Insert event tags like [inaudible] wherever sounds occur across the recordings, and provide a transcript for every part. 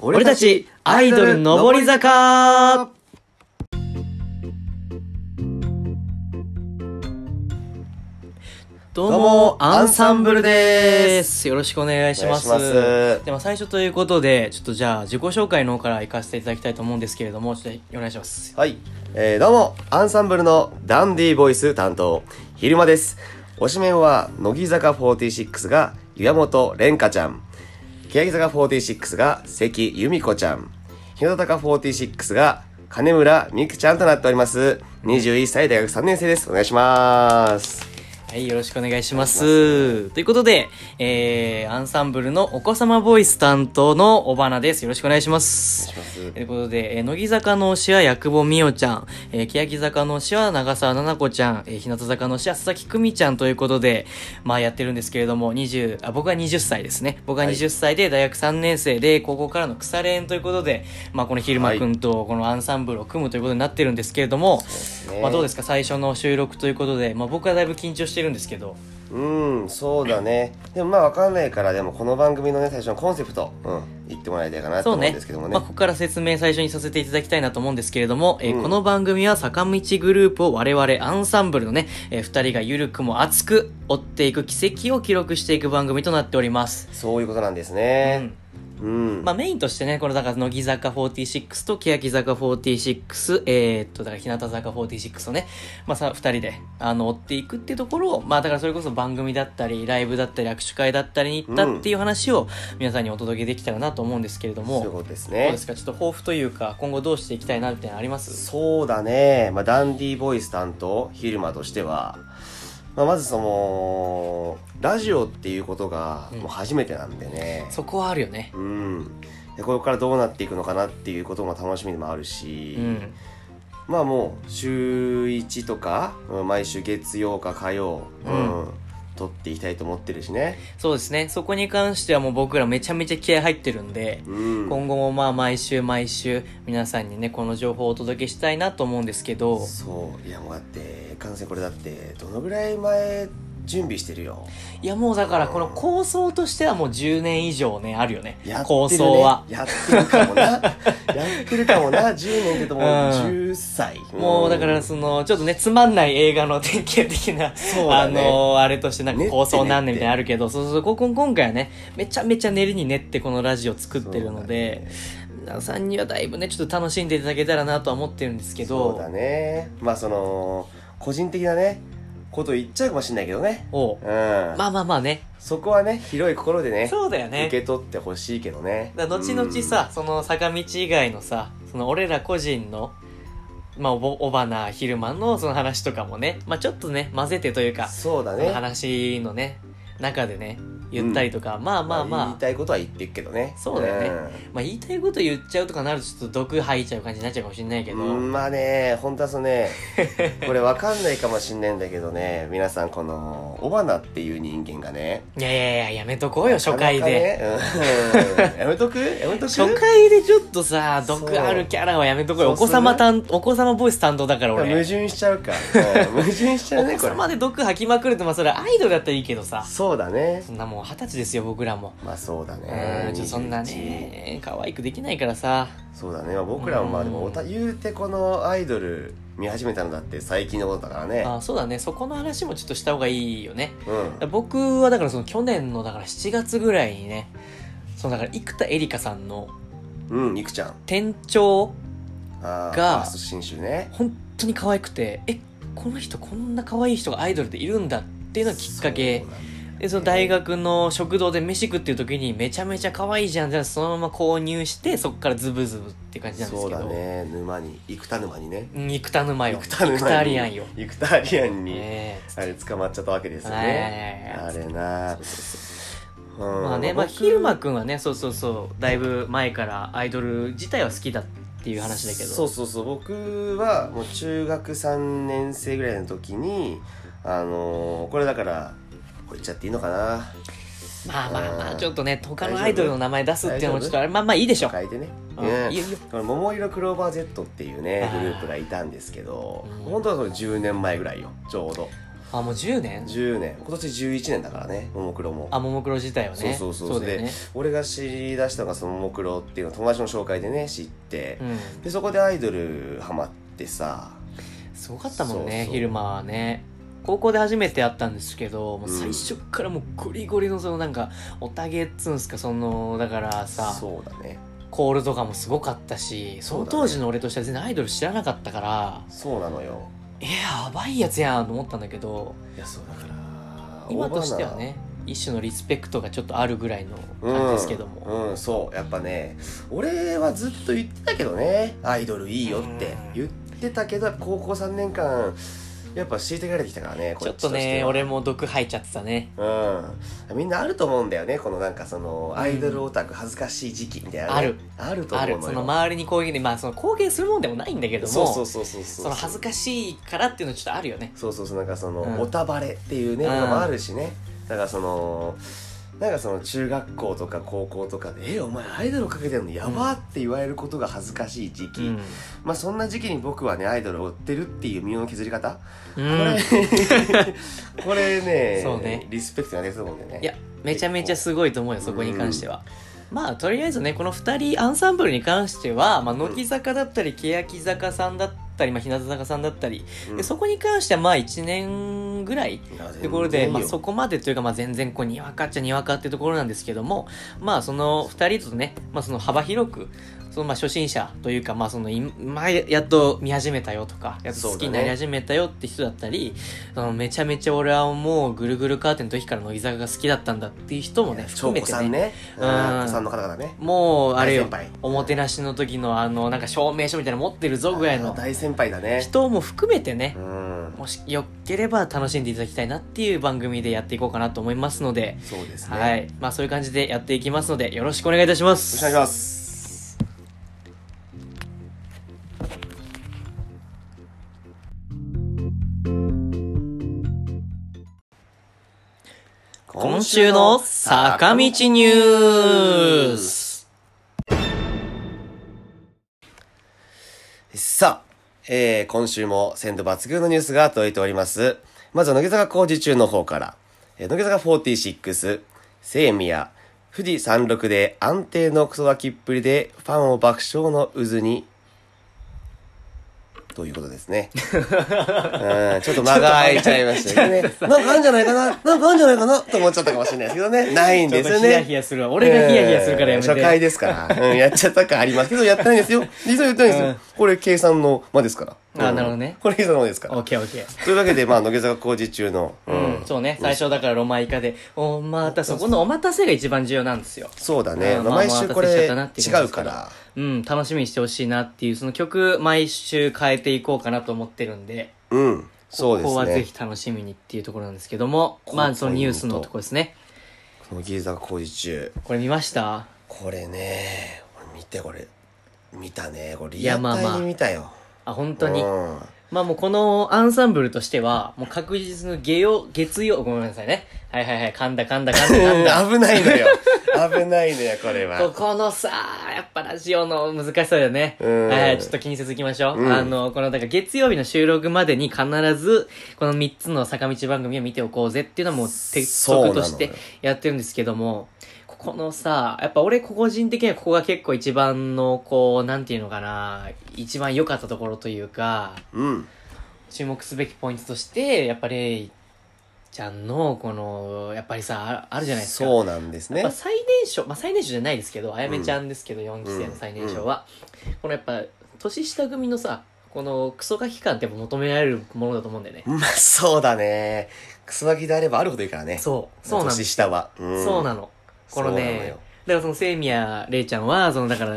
俺たちアイドル上り坂どうどうもも、アアンンササンンブブルルで。ですよろしくお願いします。お願いしますでは最初ということで、ちょっとじゃあ自己紹介の方から行かせていただきたいと思うんですけれども、ちょっとお願いします。はい、えー、どうもアンサンブルのダンディボイス担当昼間です推しメンは乃木坂46が岩本蓮香ちゃん欅坂46が関由美子ちゃん日向坂46が金村美久ちゃんとなっております21歳大学3年生ですお願いしますはい、よろしくお願いします。ということで、えー、アンサンブルのお子様ボイス担当のおばなです。よろしくお願いします。ということで、えー乃木坂の推しは八久保美代ちゃん、えー、欅坂の推しは長澤奈々子ちゃん、えー、日向坂の推しは佐々木久美ちゃんということで、まあやってるんですけれども、20、あ、僕は20歳ですね。僕ははい20歳で大学3年生で、高校からの腐れ縁ということで、まあこの昼間くんとこのアンサンブルを組むということになってるんですけれども、ねまあどうですか最初の収録ということで、まあ僕はだいぶ緊張してるんですけど、うんそうだねでもまあわかんないからでもこの番組のね最初のコンセプト、うん、言ってもらいたいかなとそう思うんねですけども。ねまあ、ここから説明最初にさせていただきたいなと思うんですけれども、えーうんこの番組は坂道グループを我々アンサンブルのね、えー、二人がゆるくも熱く追っていく奇跡を記録していく番組となっております。そういうことなんですうねんうん、まあ、メインとしてね、このだから乃木坂46と欅坂46、えー、っと、だから日向坂46をね、まあさ、二人で、あの、追っていくっていうところを、まあだからそれこそ番組だったり、ライブだったり、握手会だったりに行ったっていう話を皆さんにお届けできたらなと思うんですけれども。そういうことですどうねですかちょっと抱負というか今後どうしていきたいなみたいなのありますそうだね、まあ、ダンディーボイス担当昼間としては、まあ、まずそのラジオっていうことがうんもう初めてなんでねそこはあるよねうん、でこれからどうなっていくのかなっていうことも楽しみでもあるし、うんまあもう週1とかうん毎週月曜か火曜、うん撮っていきたいと思ってるしね、そうですねそこに関してはもう僕らめちゃめちゃ気合入ってるんで、うん、今後もまあ毎週毎週皆さんにねこの情報をお届けしたいなと思うんですけどそういやもうだって完成これだってどのぐらい前準備してるよいやもうだからこの構想としてはもう10年以上ねあるよやねってるね構想は。やってるかもな [laughs] やってるかもな10年ってともううん10歳、もうだからそそのちょっとねつまんない映画の典型的な、そうあだねのあれとしてなんか練って構想何年みたいなのあるけどそうそうそうここ今回はねめちゃめちゃ練りに練ってこのラジオ作っうてるのだでね皆さんにはだいぶねちょっと楽しんでいただけたらなとは思ってるんですけそうどだねまあその個人的なねこと言っちゃうかもしれないけどねおううんまあまあまあねそこはね広い心でねそうだよね受け取ってほしいけどねだから後々さ、その坂道以外のさその俺ら個人のまあおぼおばな昼間のその話とかもねまあちょっとね混ぜてといううんかそうだそのね話のね中でね言ったりとか、まあまあまあ、言いたいことは言ってるけどねそうだよねまあ、言いたいこと言っちゃうとかなるとちょっと毒吐いちゃう感じになっちゃうかもしれないけうど、んまあね本当はその [laughs] ねこれわかんないかもしんないんだけどね皆さんこのオバナっていう人間がねいやいやいややめとこうよ初回で、なかなかね [laughs] うんやめとくやめとく初回でちょっとさそう毒あるキャラはやめとこうよおそ子うする様担お子様ボイス担当だから矛俺盾しちゃうか。うん矛盾しちゃおうね、子これ。様で毒吐きまくるとまあそれはアイドルだったらいいけどさそうだね。そんなもう二十歳ですよ僕らもまあそうだうねん。ちょっとそんなね可愛くできないからさ21。そうだね。まあ僕らもまあでも、おた言うてこのアイドル見始めたのだって最近のことだからね。あそうだねそこの話もちょっとした方がいいよねうん。僕はだからその去年のだから7月ぐらいにねそのだから生田絵梨花さんのうん、いくちゃん。店長あーがファースト新種ね。本当に可愛くてえこの人こんな可愛い人がアイドルでいるんだっていうのがきっかけそうなんだでその大学の食堂で飯食ってる時にめちゃめちゃ可愛いじゃんじゃあそのまま購入してそこからズブズブって感じなんですそうけどだね。沼に。生田沼にね。うん生田沼よ生田沼に。アリアンよ、生田アリアンに。ねあれ捕まっちゃったわけですよね。えあれなうんまあね、まあ、僕昼間くんはねそうそうそうだいぶ前からアイドル自体は好きだっていう話だけどそうそうそう僕はもう中学3年生ぐらいの時にあのーこれだからこれ言っちゃっていいのかなまあまあまあうんちょっとね他のアイドルの名前出すっていうのもちょっとあ大れまあまあいいでしょう、変えてね、うんうんいいよいいよこれ桃色クローバー Z っていうねあーグループがいたんですけどうん本当はそれ10年前ぐらいよちょうどあ、もう10年10年今年11年だからねももクロもあ、ももクロ自体はそうね。そうそうだよでね。俺が知り出したのがそのももクロっていうのを友達の紹介でね知ってう、ん。でそこでアイドルハマってさすごかったもんねそうそう昼間はね高校で初めて会ったんですけどもう最初からもうゴリゴリのそのなんかおたげっつうんすかそのだからさそうだねコールとかもすごかったしその当時の俺としては全然アイドル知らなかったからそうなのよえやばいやつやんと思ったんだけどいやそうだから今としてはね一種のリスペクトがちょっとあるぐらいの感じですけども、うん、うんそうやっぱね俺はずっと言ってたけどねアイドルいいよってうん言ってたけど高校3年間やっぱ虐げられてきたからねこちょっとしてねは俺も毒吐いちゃってたねうん、みんなあると思うんだよねこのなんかそのアイドルオタク恥ずかしい時期みたいな、ねあるあると思あうのよるその周りに攻撃でまあその攻撃するもんでもないんだけどもそうそうそうそうその恥ずかしいからっていうのちょっとあるよねそうそうそうなんかその、うんおたばれっていうねうんのもあるしねだからそのなんかその中学校とか高校とかで「えお前アイドルかけてるのやば!」って言われることが恥ずかしい時期、うんまあそんな時期に僕はねアイドルを追ってるっていう身の削り方、うんこ [laughs] れこれねそうねリスペクトにあげそうもんだよねいやめちゃめちゃすごいと思うよそこに関しては、まあとりあえずねこの2人アンサンブルに関しては、まあ、乃木坂だったり欅坂さんだったり、まあ、日向坂さんだったり、うんでそこに関してはまあ1年ぐらいいや全然ところで、まあ、よそこまでというか、まあ、全然こうにわかっちゃにわかってところなんですけどもまあその2人とね、まあ、その幅広くそのまあ初心者というか、まあ、その今やっと見始めたよとかやっと好きになり始めたよって人だったりそのめちゃめちゃ俺はもうぐるぐるカーテンの時から乃木坂が好きだったんだっていう人もね含長め子てさねんねうんうんお子さんの方々ねもうあれよ大先輩おもてなしの時のあのなんか証明書みたいなの持ってるぞぐらいの大先輩だね人も含めてね、うんもしよければ楽しんでいただきたいなっていう番組でやっていこうかなと思いますので、そうですねはい。まあそういう感じでやっていきますので、よろしくお願いいたします。お願いします今週の坂道ニュースさあ、えー今週も鮮度抜群のニュースが届いております。まずは乃木坂工事中の方から、えー乃木坂46、セイミヤ、富士山麓で安定のクソガキっぷりでファンを爆笑の渦に、ということですね。うん、ちょっと間が空いちゃいましたけどね。なんかあるんじゃないかななんかあるんじゃないかなと思っちゃったかもしれないですけどね。ないんですちょよっとね。ヒヤヒヤするわ。俺がヒヤヒヤするからやめて。えー初回ですから。 [laughs] うん、やっちゃった感ありますけど、やってないですよ。実はやってないですよ。うんこれ、計算の間ですから。あなるほどねこれ、計算の間ですかオら。ッケーオッケー。というわけで、まあ、乃木坂工事中の、ううん、んそうね。最初だからロマイカで、お待たせ、そこのお待たせが一番重要なんですよ。そうだね。うんまあ毎週これ、まあまあ違うから。うん、楽しみにしてほしいなっていう、その曲毎週変えていこうかなと思ってるんで、うん。そうでここすはぜね。ひ楽しみにっていうところなんですけども、まあそのニュースのとこですね。乃木坂工事中。これ見ましたこれね、俺見て、これ。見たね。これ、いリアやまあまあタイに見たよ。あ、本当に。うんまあもうこのアンサンブルとしては、もう確実の下曜、月曜、ごめんなさいね。はいはいはい、噛んだ噛んだ噛んだ噛ん [laughs] だ。危ないのよ。危ないのよ、これは。ここのさ、やっぱラジオの難しさだよね。うんはいはい、ちょっと気にせず行きましょう。うんあの、この、だから月曜日の収録までに必ず、この3つの坂道番組を見ておこうぜっていうのはもう鉄則としそうてなのよやってるんですけども、ここのさ、やっぱ俺個人的にはここが結構一番の、こう、なんていうのかな、一番良かったところというか、うん。注目すべきポイントとしてやっぱレイちゃんのこのやっぱりさああるじゃないですかそうなんですねやっぱ。最年少まあ最年少じゃないですけどあやめちゃんですけど、4期生の最年少は、このやっぱ年下組のさこのクソガキ感ってやっぱ求められるものだと思うんだよね、まあ、そうだね。クソガキであればあるほどいいからね。そうそうなんで年す、下は。うんそうなのこのそうなのねよだからそのセイミヤレイちゃんはそのだから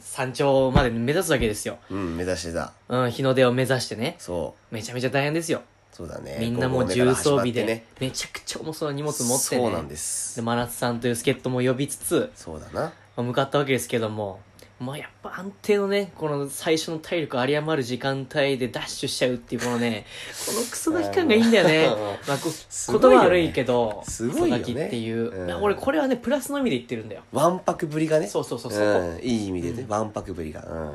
山頂まで目指すわけですよ、うん、目指してた。うん、日の出を目指してねそう。めちゃめちゃ大変ですよそうだね。みんなもう五合目か重ら始装まっ備てで、ね。めちゃくちゃ重そうな荷物持ってねそうなんで。です真夏さんという助っ人も呼びつつ、そうだな。まあ向かったわけですけども、まあやっぱ安定のね、この最初の体力有り余る時間帯でダッシュしちゃうっていうこのね、 [laughs] このクソガキ感がいいんだよね。まあ、こすごいよね言葉悪いけど、すごいよねクソガキっていう、うんいや俺これはね、プラスの意味で言ってるんだよ。 [laughs] わんぱくぶりがね。そうそうそうそうこんいい意味でね。わんぱくぶりが。うん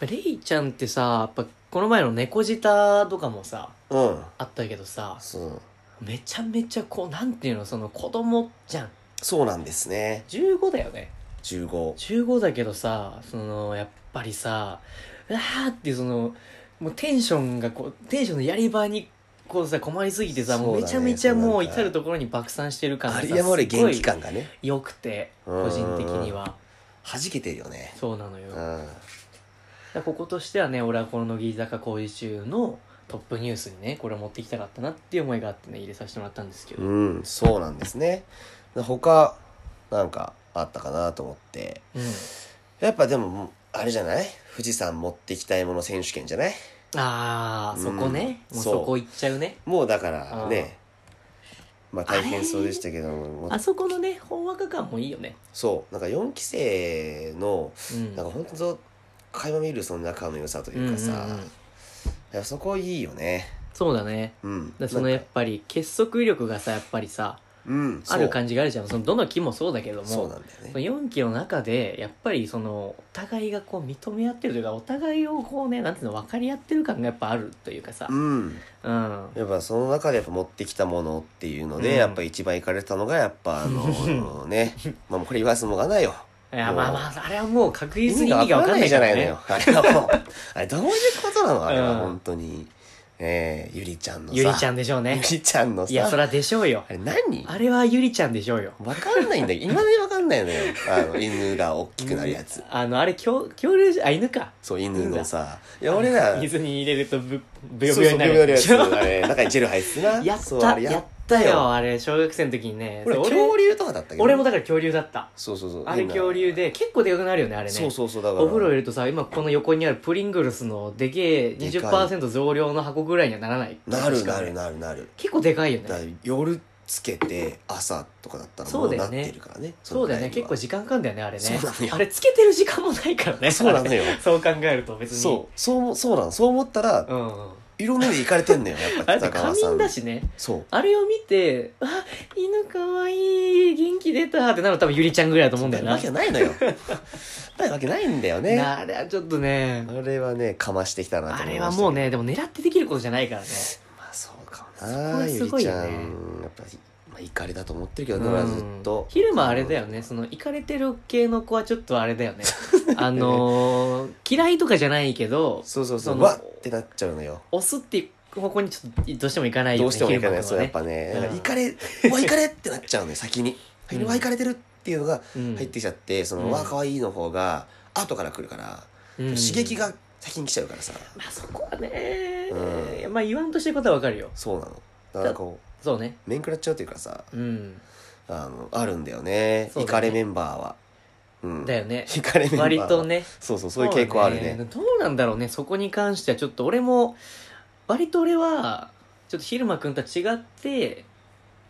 レイちゃんってさ、やっぱこの前の猫舌とかもさうんあったけどさそうめちゃめちゃこうなんていうのその子供じゃんそうなんですね15だよね15 15だけどさそのやっぱりさうわーっていうそのもうテンションがこうテンションのやり場にこうさ困りすぎてさ、もうそうだねめちゃめちゃもうそうなんだ至る所に爆散してる感あがれさ山俺すご元い気感がね良くてうん個人的には弾けてるよねそうなのうよだかんらこことしてはね俺はこの乃木坂工事中のトップニュースにねこれを持ってきたかったなっていう思いがあってね入れさせてもらったんですけど、うんそうなんですね他なんかあったかなと思ってうんやっぱでもあれじゃない富士山持ってきたいもの選手権じゃないああそこね、うんもうそうそこ行っちゃうねもうだからねまあ大変そうでしたけどもあそこのねほんわか感もいいよねそうなんか4期生のうんなんか本当垣間見るその仲の良さというかさ、うんうんうんいやそこいいよねそうだねうんだからそのやっぱり結束力がさやっぱりさうんある感じがあるじゃんそのどの木もそうだけどもじそうなんだよね4期の中でやっぱりそのお互いがこう認め合ってるというかお互いをこうねなんていうの分かり合ってる感がやっぱあるというかさうんうんやっぱその中でやっぱ持ってきたものっていうので、うんやっぱ一番行かれたのがやっぱあ [laughs] のねまあもうこれ言わすもがないよいやまあまああれはもう確意味実に意が味分がか分んなかんないいじかゃならいのねよあれはもうあれどういうことなのあれはうん本当にええゆりちゃんのさゆりちゃんんでしょうゆねりちゃんのさいやそりゃでしょうよあれ何あれはゆりちゃんでしょうよわかんないんだけど、いまだにわかんないのよ。あの、犬が大きくなるやつ。あのあれ恐恐竜じゃあ犬かそう、犬のさ。いや、俺ら、水に入れるとぶぶそうよそうぶよになるブヨブヨのやつ。あれ、中にジェル入ってな。やっそうあたれややっったたよよ。あれ小学生の時にね俺、そう恐竜とかだったけど。俺もだから恐竜だったそうそうそう。あれ恐竜で結構でかくなるよねあれねそうそうそう、だから。お風呂入れるとさ今この横にあるプリングルスのでけえでかい20%増量の箱ぐらいにはならないなる確なかねるなるなる。結構でかいよだからね夜つけて、朝とかだったらそもううだなよっねてるからね。そうだよねの結構時間かかんだよねあれねそうなのよあれつけてる時間もないからねそうなのよそう考えると別にそう、そう、そうなの。そう思ったら、うんうんいろんなで行かれてんのよ、やっあぱれって仮眠だしねそう。あれを見て「あ犬かわいい元気出た」ってなるの多分ゆりちゃんぐらいだと思うんだよななわけないの [laughs] よ。なるわけないんだよね。なあれはちょっとねあれはね、かましてきたなとあ思れいまはしたけどもう。ねでも狙ってできることじゃないからねまあそうかもそこな。はゆすりごいちよゃねん、やっぱり、まあ、怒りだと思ってるけどね、俺はずっうんと。昼間あれだよねそのイカれてる系の子はちょっとあれ [laughs] だよねあのー嫌いとかじゃないけどそうそうそ。そうのわってなっちゃうのよ。押すっていう方向にちょっとどうしてもいかないよねどうしてもいかない。昼そう、間やのっ子はぱね。うだんから怒れ、うわ、怒れってなっちゃうのよ、先に。うんうわ、怒れてるっていうのがうん入ってきちゃって、そうの、んわ、可愛いの方が、後から来るから、うん刺激が先に来ちゃうからさ。まあそこはね、うんまあ言わんとしてることはわかるよそうなの。だからこそうねう、面食らっちゃうというかさ、うんあの、あるんだよね。そうイだねカレメンバーは。うん。だよねイカレメンバーは。割とねそうそう、そういう傾向あるそうだね。どうなんだろうねそこに関してはちょっと俺も割と俺はちょっと昼間くんとは違って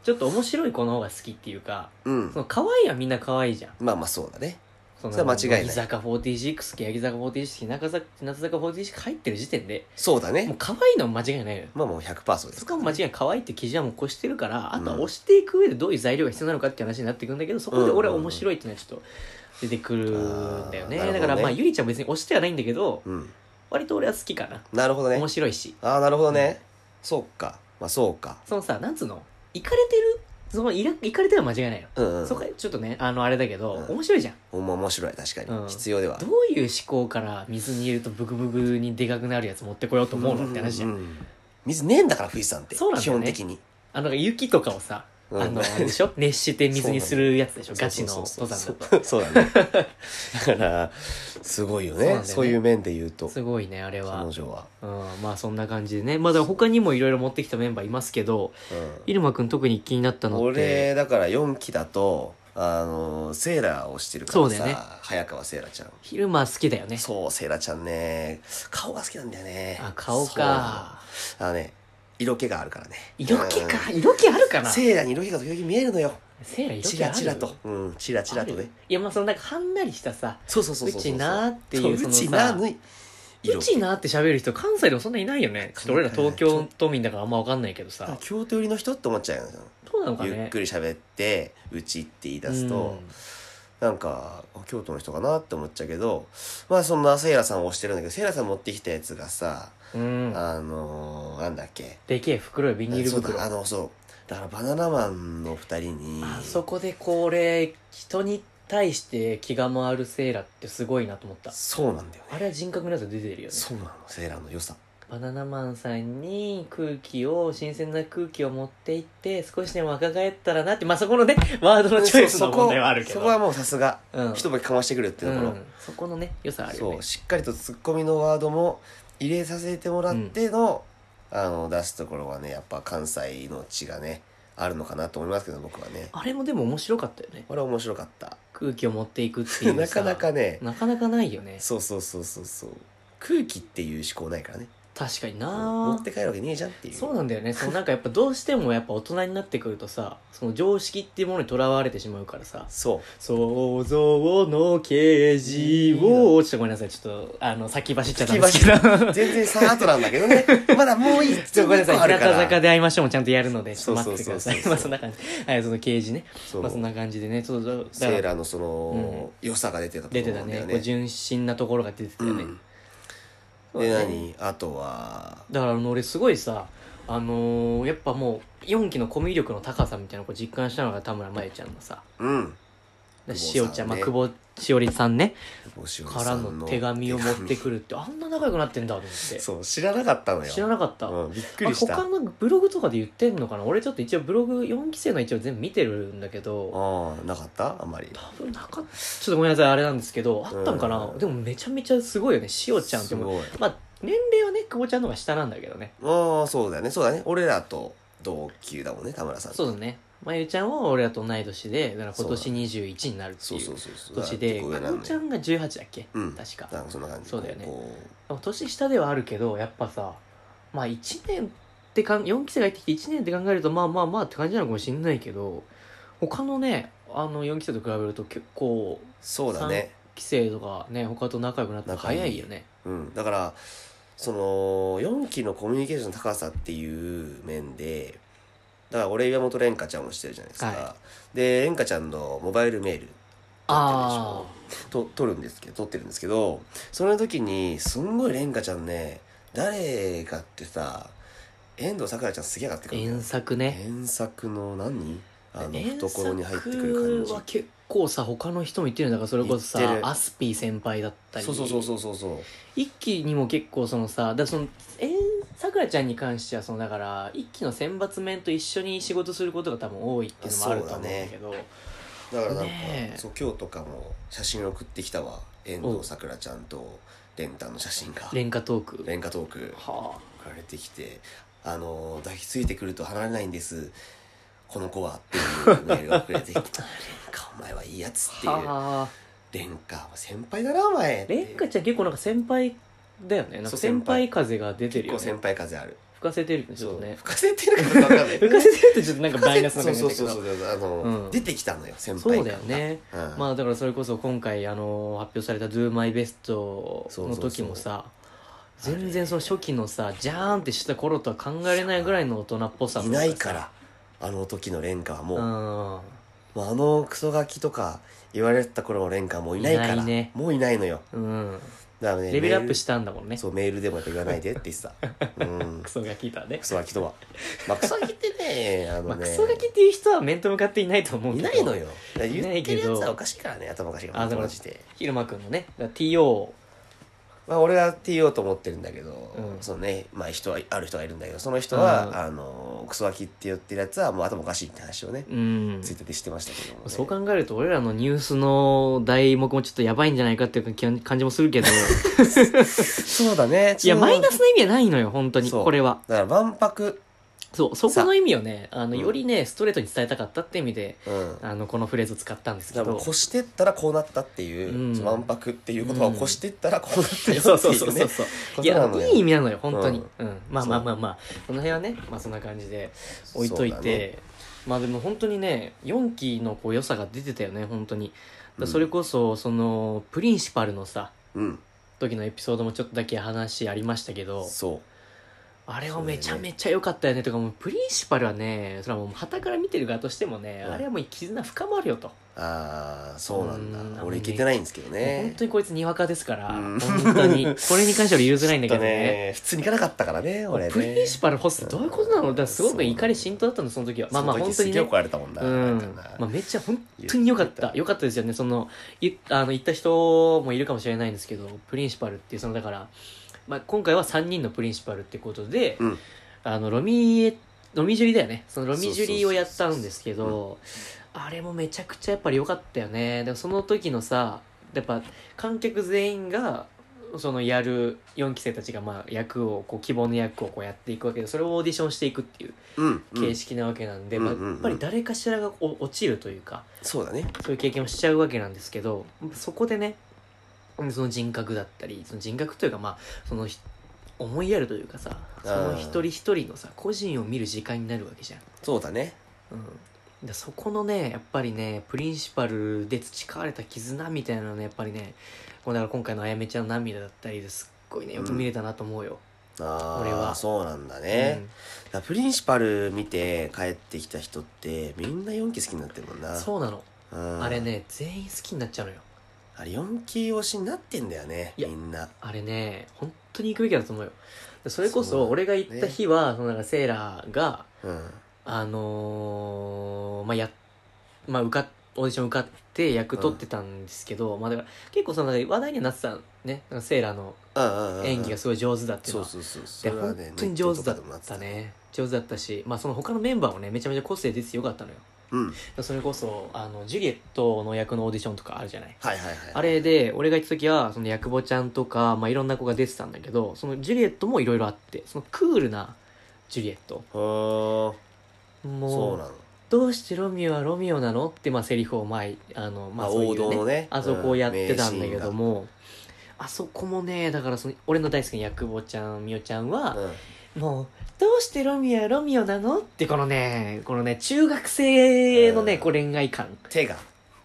ちょっと面白い子の方が好きっていうかうんそ。の可愛いはみんな可愛いじゃんまあまあそうだね。そのそれは間違いない乃木坂46、欅坂46、中坂、夏坂46入ってる時点で、そうだもうね。可愛いのは間違いないのよ。まあもう100%そうですそこは間違いない可愛いって基準はもう越してるから、あとはうん押していく上でどういう材料が必要なのかっていう話になってくるんだけど、そこで俺は面白いっていうのはちょっと出てくるんだよね。あーなるほどねだからまあ、ゆりちゃんは別に押してはないんだけど、うん。割と俺は好きかな。なるほどね面。白いし。ああ、なるほどね。そうか。まあそうか。そのさ、なんつうの、いかれてる、そのいら、いかれてるのは間違いないうの。ん、うん。そこはちょっとね、あの、あれだけど、うん面白いじゃん。おも面白い、確かに。うん必要ではど。ういう思考から水に入れるとブクブクにでかくなるやつ持ってこようと思うのって話じゃん。うん水ねえんだから、富士山って。そうなんだ基よ本ね的に。あの、雪とかをさ、うんあの、あれでしょ熱して水にするやつでしょガチのそ登う山そだうと。そう [laughs] そうだね。だから、すごいよそうなんだね。よねそういう面で言うと、すごいね、あれは彼。女は。うん、まあそんな感じでね。まあだから他にもいろいろ持ってきたメンバーいますけど、入間くん特に気になったうん。のって、俺、だから4期だと、あの、セーラーをしてるからそうさ、だよね早川セーラちゃん。昼間好きだよね。そう、セイラちゃんね。顔が好きなんだよね。あ、顔か。そう。あのね、色気があるからね。色気か。色気あるかうん。なセイラに色気が時々見えるのよ。セイラ色チ気あラるチラと。うん、チラチラとあねる。いや、まあそのなんかはんなりしたさ、そうそうそううそう。ちなーっていう、そそのうさちなーの色うちなーって喋る人関西でもそんないないよねちょっと俺ら東京都民だからあんま分かんないけどあさ京都寄りの人って思っちゃうよね。どうなのかゆねっくり喋って、うちって言い出すと、なんか京都の人かなって思っちゃうけどまあそんなセイラさんを推してるんだけどセイラさん持ってきたやつがさうん。あのー、なんだっけでけえ袋よ、ビニールそう袋。だああのそうだからバナナマンの二人にそこでこれ、人に対して気が回るセイラってすごいなと思った。そうなんだよねあれは人格のやつ出てるよね。そうなのセイラの良さバナナマンさんに空気を、新鮮な空気を持っていって、少しでも若返ったらなって、まあ、そこのね、ワードのチョイスの問題はあるけど。そこそこはもうさすがうん一目かましてくるっていうところ、うんそこのね、良さあるよそねう。しっかりとツッコミのワードも入れさせてもらっての,、あの出すところはねやっぱ関西の血がねあるのかなと思いますけど僕はねあれもでも面白かったよね。これは面白かった空気を持っていくってい [laughs] うなさかなかねなかなかないよねそうそうそうそうそう空気っていう思考ないからね確かに持なって帰るわけねえじゃんっていうそうなんだよねそのなんかやっぱどうしてもやっぱ大人になってくるとさその常識っていうものにとらわれてしまうからさそう想像のケージをちょっとごめんなさいちょっとあの先走っちゃったんですけ [laughs] 全ど然さーっとなんだけどね [laughs] まだもう [laughs] いいちょっとごめんなさいあ日る向から坂で会いましょうもちゃんとやるのでちょっと待っててくださいそうまそうそあそんな感じはいそのケージねそうまあそんな感じでねちょっとだセーからラーのその、良さが出てたと出思てうんだたよねねこう純真なところが出てたよね、うんそうでだね何あとはだからあの俺すごいさあのー、やっぱもう4期のコミュ力の高さみたいなのを実感したのが田村真由ちゃんのさうんだ久保さんねしおちゃん、まあ、久保しおりさんねおしおりかさらんの手紙を持ってくるってあんな仲良くなってんだと思っそう知らなかったのてよ知らなかった、うん、びっくりしたあれ他のブログとかで言ってんのかな俺ちょっと一応ブログ4期生の一応全部見てるんだけどああなかったあんまり多分なかっちょっとごめんなさいあれなんですけどあったのかな、うんでもめちゃめちゃすごいよねしおちゃんってもうすまあ年齢はね久保ちゃんの方が下なんだけどねごいああそうだよねそうだね俺らと同級だもんね田村さんそううだねまゆちゃんは俺らと同い年でだから今そ年21になるってそういそううそう年でだから結構上なかのんだちゃよんが18だっけ、うん確かなんかそんな感じそうだよねこでも年下ではあるけどやっぱさまあ1年ってかん4期生が入ってきて1年って考えるとまあまあまあって感じなのかもしれないけど他のねあの4期生と比べると結構うそうだね期生とかね他と仲良くなったの早いよねうんだからその4期のコミュニケーションの高さっていう面でだから俺岩本蓮香ちゃんもしてるじゃないですか、はで蓮香ちゃんのモバイルメールあと撮るんですけど撮ってるんですけどその時にすんごい蓮華ちゃんね誰かってさ遠藤さくらちゃんすげえ上がってあくる遠んだよ作ね遠作の何あの遠足懐に入ってくるは感じ結構さ他の人も言ってるんだからそれこそ言ってさるアスピー先輩だったりそうそうそうそうそうそう一期にも結構そのさだからそのえーさくらちゃんに関してはそのだから一期の選抜面と一緒に仕事することが多分多いっていうのもあると思うんだけどだからなんか、ねえそう今日とかも写真送ってきたわ遠藤さくらちゃんと蓮華の写真が廉価、トーク蓮華トークは送られてきて「あの抱きついてくると離れないんですこの子は」っていうメールが送られてきて「[laughs] 蓮華お前はいいやつ」ってあいうはあレンカ先輩だなお前廉価ちゃん結構なんか先輩だよねなんそかう先先輩輩風が出てるよ結構ね先輩風ある吹かせてるよねちょっとそうね吹かせてるかどうかわかんない吹かせてるとちょっとなんかマイナスなそ感うじそだうけそうどそうあの、うん出てきたのよ先輩そう感だよねが、うんまあだからそれこそ今回あの発表された「DoMyBest」の時もさそうそうそう全然その初期のさジャーンってした頃とは考えれないぐらいの大人っぽさといかなさいからあの時のレンカはもう、うもんうあのクソガキとか言われてた頃のレンカはもういないからいないねもういないのようんだからねレベルアッメプーしたんだもんねそうメールでもやっぱ言わないでって言ってたうんクソガキだねクソガキとはまあクソガキってねあのね、まあクソガキっていう人は面と向かっていないと思ういけどないのよだからいな言いっけてどるやつはおかしいからね頭おかしいからあだからマジで昼間くんのねだから TO まあ、俺はって言おうと思ってるんだけど、うんそのね、まあ、人はある人がいるんだけどその人は、うんあのクソガキって言ってるやつはもう頭おかしいって話をね、うんツイッターでしてましたけども、ね、そう考えると俺らのニュースの題目もちょっとやばいんじゃないかっていう気が感じもす [laughs] るけどそうだねいやマイナススの意味はないのよ本当にそうこれはだから万博そう、そこの意味をね、あの、うんよりね、ストレートに伝えたかったって意味で、うんあの、このフレーズを使ったんですけだからど。もう越してったらこうなったっていう、うんその万博っていう言葉を越してったらこうなったよっていうね、 [laughs] そうそうそうそう。いことなやの、よいい意味なのよ、本当に。うん。まあそうまあまあまあ、その辺はね、まあそんな感じで置いといそうだて、ねまあでも本当にね、4期のこう良さが出てたよね、本当に。だからそれこそ、その、プリンシパルのさ、うん時のエピソードもちょっとだけ話ありましたけど、そうあれはめちゃめちゃ良かったよね。とか、もうプリンシパルはね、それはもう、旗から見てる側としてもね、うんあれはもう絆深まるよと。ああそうなんだうん俺行けてないんですけど本ね当にこいつにわかですから、うん本当に。これに関しては譲れないんだちょっとけどね。ね普通に行かなかったからね俺ねプリンシパルホストどういうことなのだからすごく怒り浸透だったの、その時は。まあまあその時本当にすげえね。怒られたもんな,、うん。まあめっちゃ本当に良かっ。言った良かったですよね。その、い、あの、行った人もいるかもしれないんですけど、プリンシパルっていう、そのだから、まあ今回は3人のプリンシパルってことで、うんあの、ロミエ、ロミジュリだよね。そのロミジュリをやったんですけそうど、あれもめちゃくちゃやっぱり良かったよね。でもその時のさ、やっぱ観客全員が、そのやる4期生たちがまあ役をこう希望の役をこうやっていくわけでそれをオーディションしていくっていううん、うん形式なわけなんで、うんまあうんうんうんやっぱり誰かしらがお落ちるというかそうだねそういう経験をしちゃうわけなんですけどそこでねうんその人格だったりその人格というかまあそのひ思いやるというかさその一人一人のさ個人を見る時間になるわけじゃん。そうだねうん、でそこのねやっぱりねプリンシパルで培われた絆みたいなのねやっぱりねこうだから今回のあやめちゃんの涙だったりですっごいねよく見れたなと思うよ。あ俺あはそうなんだね、だからプリンシパル見て帰ってきた人ってみんな4期好きになってるもんう、なんそうなのうんあれね全員好きになっちゃうのよ。あれ4期推しになってんだよねいみやんなあれね、本当に行くべきだと思うよ。でそれそこうだそ、ね俺が行った日は、そのなんかセーラーが、うんあのー、まあ、や、まあ、受かっ、オーディション受かって役取ってたんですけど、まあだから、結構そのなんか話題にはなってたね。なんかセーラーの演演技がすごい上手だっていうそのうは。そうそうそで、れは本ね当に上手ネだットとかでもなってたね。上手だったし、まあその他のメンバーもね、めちゃめちゃ個性出ててよかったのよ。うんはいそれこそ、あの、ジュリエットの役のオーディションとかあるじゃないはいはいあれで、俺が行った時は、その、ヤクボちゃんとか、まあ、いろんな子が出てたんだけど、その、ジュリエットもいろいろあって、その、クールな、ジュリエット。ほーそもうう、なのどうしてロミオはロミオなのって、まあ、セリフを前、あの、ままあ、あそういう王道のねあそこをやってたんだけども、あそこもね、だからその、俺の大好きなヤクボちゃん、ミオちゃんは、うんもう、どうしてロミオはロミオなのって、このね、このね、中学生のね、うんこう恋愛感。手が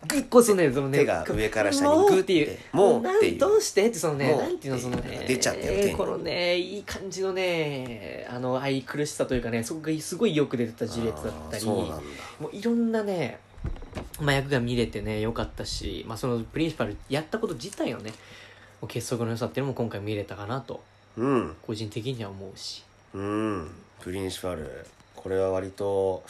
結構そのね、そのね、手が上から下もにうグっていう。もうなっんていうどうしてってそのねもうなんていうのそのね出ちゃってる手にこのねいい感じのねあの愛苦しさというかねそこがすごいよく出てたジュレットだったあーりそうなんだもういろんなねまあ役が見れてね良かったし、まあ、そのプリンシパルやったこと自体のねもう結束の良さっていうのも今回見れたかなとうん個人的には思うしうんプリンシパルこれは割と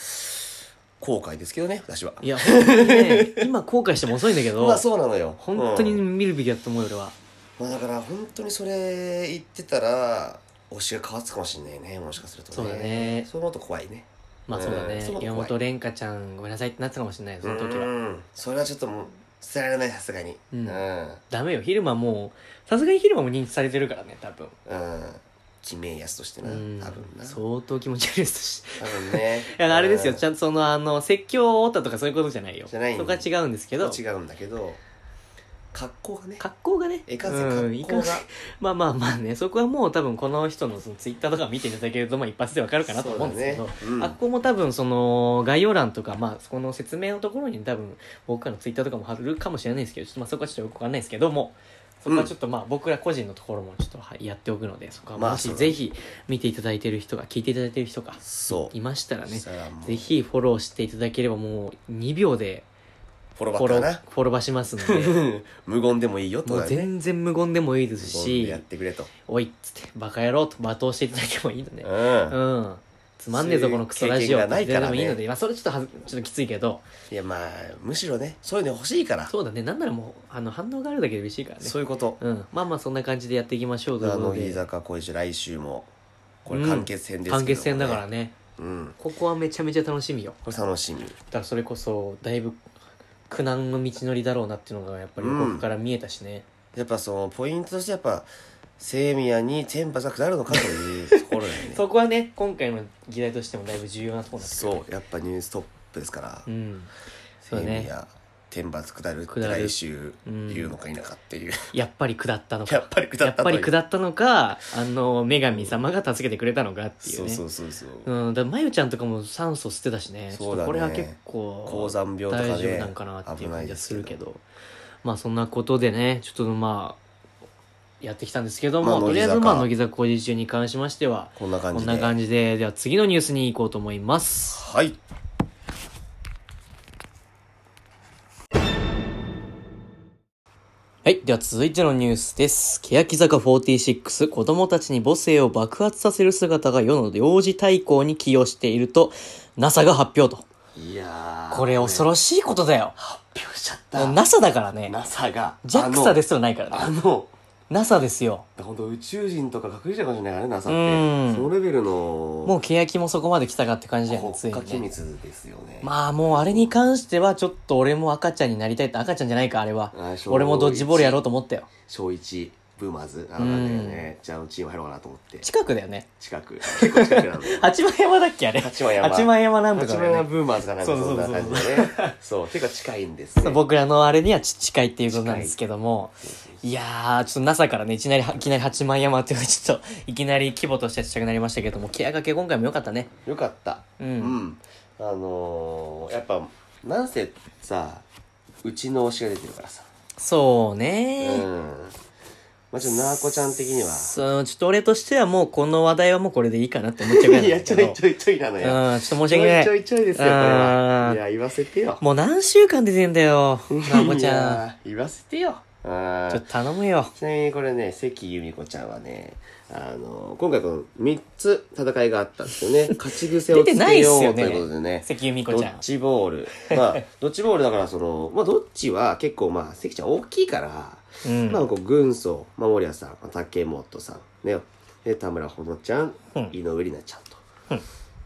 後悔ですけどね私はいや本当にね [laughs] 今後悔しても遅いんだけど、まあそうなのよ本当にうん見るべきだと思うよ俺はまあだから本当にそれ言ってたら推しが変わってたかもしれないねもしかするとねそうだねそう思うと怖いねまあそうだうんねそう怖い山本蓮香ちゃんごめんなさいってなってたかもしれないその時はうんそれはちょっともう捨てられないさすがにうんうんダメよ、昼間もう、さすがに昼間も認知されてるからね、多分。うん決めやすとしてなうん。多分な相当気持ち悪いですし。多分ね [laughs] いや、あれですよ、うんちゃんとその、あの、説教を折ったとかそういうことじゃないよ。じゃないそこは違うんですけど、違うんだけど格好がね格好がね、えかんせうん、んい格好かがせまあまあまあね、そこはもう多分この人のそのツイッターとか見ていただけると、まあ一発でわかるかなと思うんですけど、そうだねうんあここも多分その概要欄とか、まあそこの説明のところに多分僕らのツイッターとかも貼るかもしれないですけど、ちょっとまあそこはちょっとよくわかんないですけども、そこはちょっとまあ僕ら個人のところもちょっとはいやっておくので、そこはまあもしそうだねぜひ見ていただいてる人が、聞いていただいてる人がそういましたらね、したらもうぜひフォローしていただければもう2秒でフォロバフォッロクかー [laughs] な、フォロバしますので、無言でもいいよってもことうだね全然無言でもいいです無言でしやっ、てくれとおいっつって、バカ野郎と罵倒していただけばいいのね。うんうん。つまんねえぞ、このクソラジオ。そういう経験がないからねでもいいので、まあそれちょっとはず、ちょっときついけど、いやまあむしろねそういうの欲しいからそうだね、なんならもう、あの、反応があるだけで嬉しいからね。そういうことうん。まあまあ、そんな感じでやっていきましょうというこ乃と木で。坂今週来週もこうれん完結戦ですけども完ね結戦だからね。うんここはめちゃめちゃ楽しみよ。これ楽しみだからそれこそ、だいぶ、苦難の道のりだろうなっていうのが、やっぱり予告から見えたしね。やっぱそのポイントとしてやっぱセミヤに天罰が下るのかというところだよね [laughs] そこはね、今回の議題としてもだいぶ重要なところになってくる。そうやっぱニューストップですから、うん。セそうねミヤ天罰下るって下る来週言うのか否かっていう、やっぱり下ったのか。やっぱり下やっったぱというり下ったのか、あの、女神様が助けてくれたのかっていうそね。うそうそうそう、うん、だからまゆちゃんとかも酸素吸ってたしね。そうだねちょっとこれは結構、高山病と大か丈夫でなんかなってい危うな感いじではすすけるどけど。まあそんなことでね、ちょっとまあ、やってきたんですけども、まあとりあえず乃木ま坂あ、乃木坂工事中に関しましては、こんな感こじんでな感じで、では次のニュースに行こうと思います。はいはい。では続いてのニュースです。欅坂46、子供たちに母性を爆発させる姿が世の幼児対抗に寄与していると、NASA が発表と。いやーこれ恐ろしいことだよ。発表しちゃっもたう NASA だからね。 NASA が JAXA ですすらないからね。あの NASA ですよ。本当宇宙人とか隠れちゃうかもしれないからね NASA うんってそのレベルのもう欅もそこまで来たかって感じだよね、つい国家機にね。密ですよねまあもうあれに関してはちょっと俺も赤ちゃんになりたいって赤ちゃんじゃないかあれはあそう俺もドッジボールやろうと思ったよ小一ブーマーズあのなんだよねじゃああのチーム入ろうかなと思って近くだよね近く結構近くなんだよ八幡山だっけあれ [laughs] 八幡山八幡山なんとか八だ幡山よねブーマーズかなんかそうそそんうそなうそう感じでねそう結構近いんですね僕らのあれにはち近いっていうことなんですけどもいやーちょっと NASA からねいきなりいきなり八幡山っていうのはちょっといきなり規模としてはちっちゃくなりましたけどもケアがけ今回も良かったねよかったううんんあのーやっぱなんせさうちの推しが出てるからさそううねんまあちょっとなあこちゃん的にはそうちょっと俺としてはもうこの話題はもうこれでいいかなって思っちゃうぐらいいなやんだちけょどいちょいちょいなのようん、ちょっと申ちし訳ょないちょい。いちょいですよこれはうんいや言わせてよもう何週間出てんだよ、なおこちゃん。ん言わせてようんちょっと頼むよ。ちなみにこれね、関由美子ちゃんはね、あの、今回この3つ戦いがあったんですよ [laughs] ね。勝ち癖をつ出てないけっようすよとねいうことでね。関由美子ドちゃんッ。ジボール。 [laughs] まあ、ドッジボールだからその、まあ、どっちは結構まあ、関ちゃん大きいから、うん。まあ、こう、軍曹、まあ、森谷さん、まあ竹本さん、ね、で、田村ほのちゃん、うん井上里奈ちゃんと。うん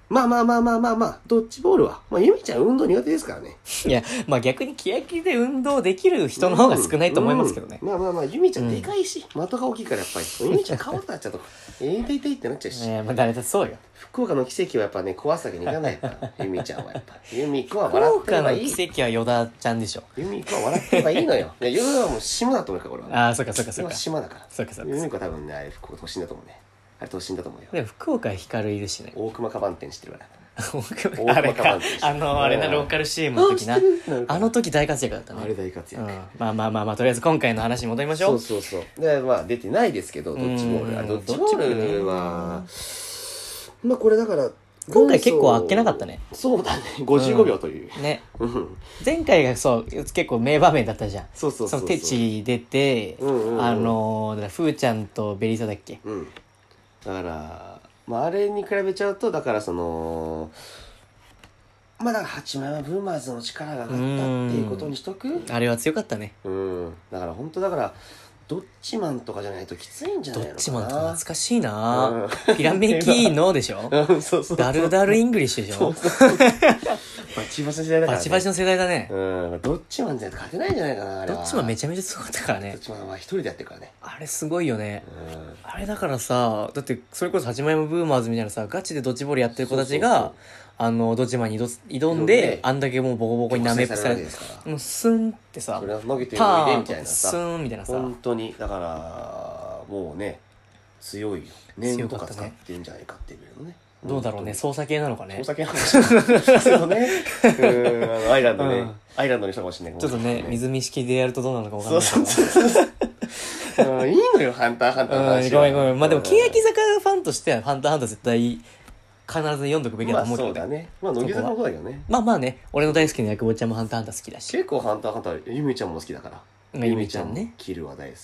まあまあまあまあまあまあ、ドッジボールは。まあ、由美ちゃん運動苦手ですからね。いや、まあ逆に気焼きで運動できる人の方が少ないと思いますけどね。うんまあまあまあ、ゆみちゃんでかいし、的が大きいからやっぱり。ゆみちゃん顔になっちゃうと、えいていていってなっちゃうし、えーまあ誰だってそうよ。福岡の奇跡はやっぱね、壊すわけにいかない [laughs] から、ゆみちゃんはやっぱ。ゆみ子は福笑ってれ岡ばのいい。奇跡は与田ちゃんでしょ。ゆみ子は笑ってればいいの [laughs] よ。いや、ゆみはもう島だと思うから、俺は。ああ、そっかそっかそっ俺かは。島だから。そうかそうかゆみ子は多分ね、あれ福岡都心だと思うね。あれ都心だと思うよ。でも福岡は光いるしね。 [laughs] 大熊カバン店知ってるわ。熊あれか、あの、あれな、ローカル CM の時なあ知ってる。あの時大活躍だったあれね。大活う躍。ん、まあまあまあまあ、とりあえず今回の話に戻りましょそうう。そうそうでまあ出てないですけどドッジボールはうんドッジボールはまあこれだから今回結構あっけなかったねそうだね55秒という、ね。うん前回がそう、結構名場面だったじゃん。そうそうそうそのう手地出て、うんうんうんあのー、だからふーちゃんとベリーサだっけうんだからまああれに比べちゃうとだからそのまあだから8枚はブーマーズの力が上がったっていうことにしとくうんあれは強かったねだから本当だからドッジマンとかじゃないときついんじゃどなっいのかなちも懐かしいなうピラメキーノでしょうん [laughs] そうそうそうダルダルイングリッシュでしょバチバチの時代だから、ね、バチバチの世代だねうん、どっちマンじゃないと勝てないんじゃないかな、あれどは。っちもめちちゃめちゃ強かったからゃどねっちマンは一人でやってるからね。あれすごいよねうん。あれだからさだってそれこそ八枚目ブーマーズみたいなさガチでドッジボールやってる子たちそうそうがあのドッジマンに挑す挑ん挑んでであんだけもうボコボコになめっされぷさるわれけでてすから。もうスンってさそれは投げてパるのでーンみとたいかなスさ。ンみたいなさ本当に、だから、もうね、強いよ。年強とかったかね使ってるんじゃないかっていうね。どうだろうね本操作系なのか当ねに。お酒の話ですよ [laughs] ね。うん、あのアイランドうねん。アイランドにしたかもしれないちょっとね、水見式でやるとどうなのかわかんそなういけど。そうそうそう。うんいいのよ、ハンターハンターのうん話ごは。めんごめん。まあでも、うん欅坂ファンとしては、ハンターハンター絶対、必ず読んどくべきだまあと思うけそどうだね。ね。まあ、乃木坂の方だけどね。まあまあね、俺の大好きな役坊ちゃんもハンターハンター好きだし。結構ハンターハンター、ゆみちゃんも好きだから。まあゆみちゃんねゆみもキルは大好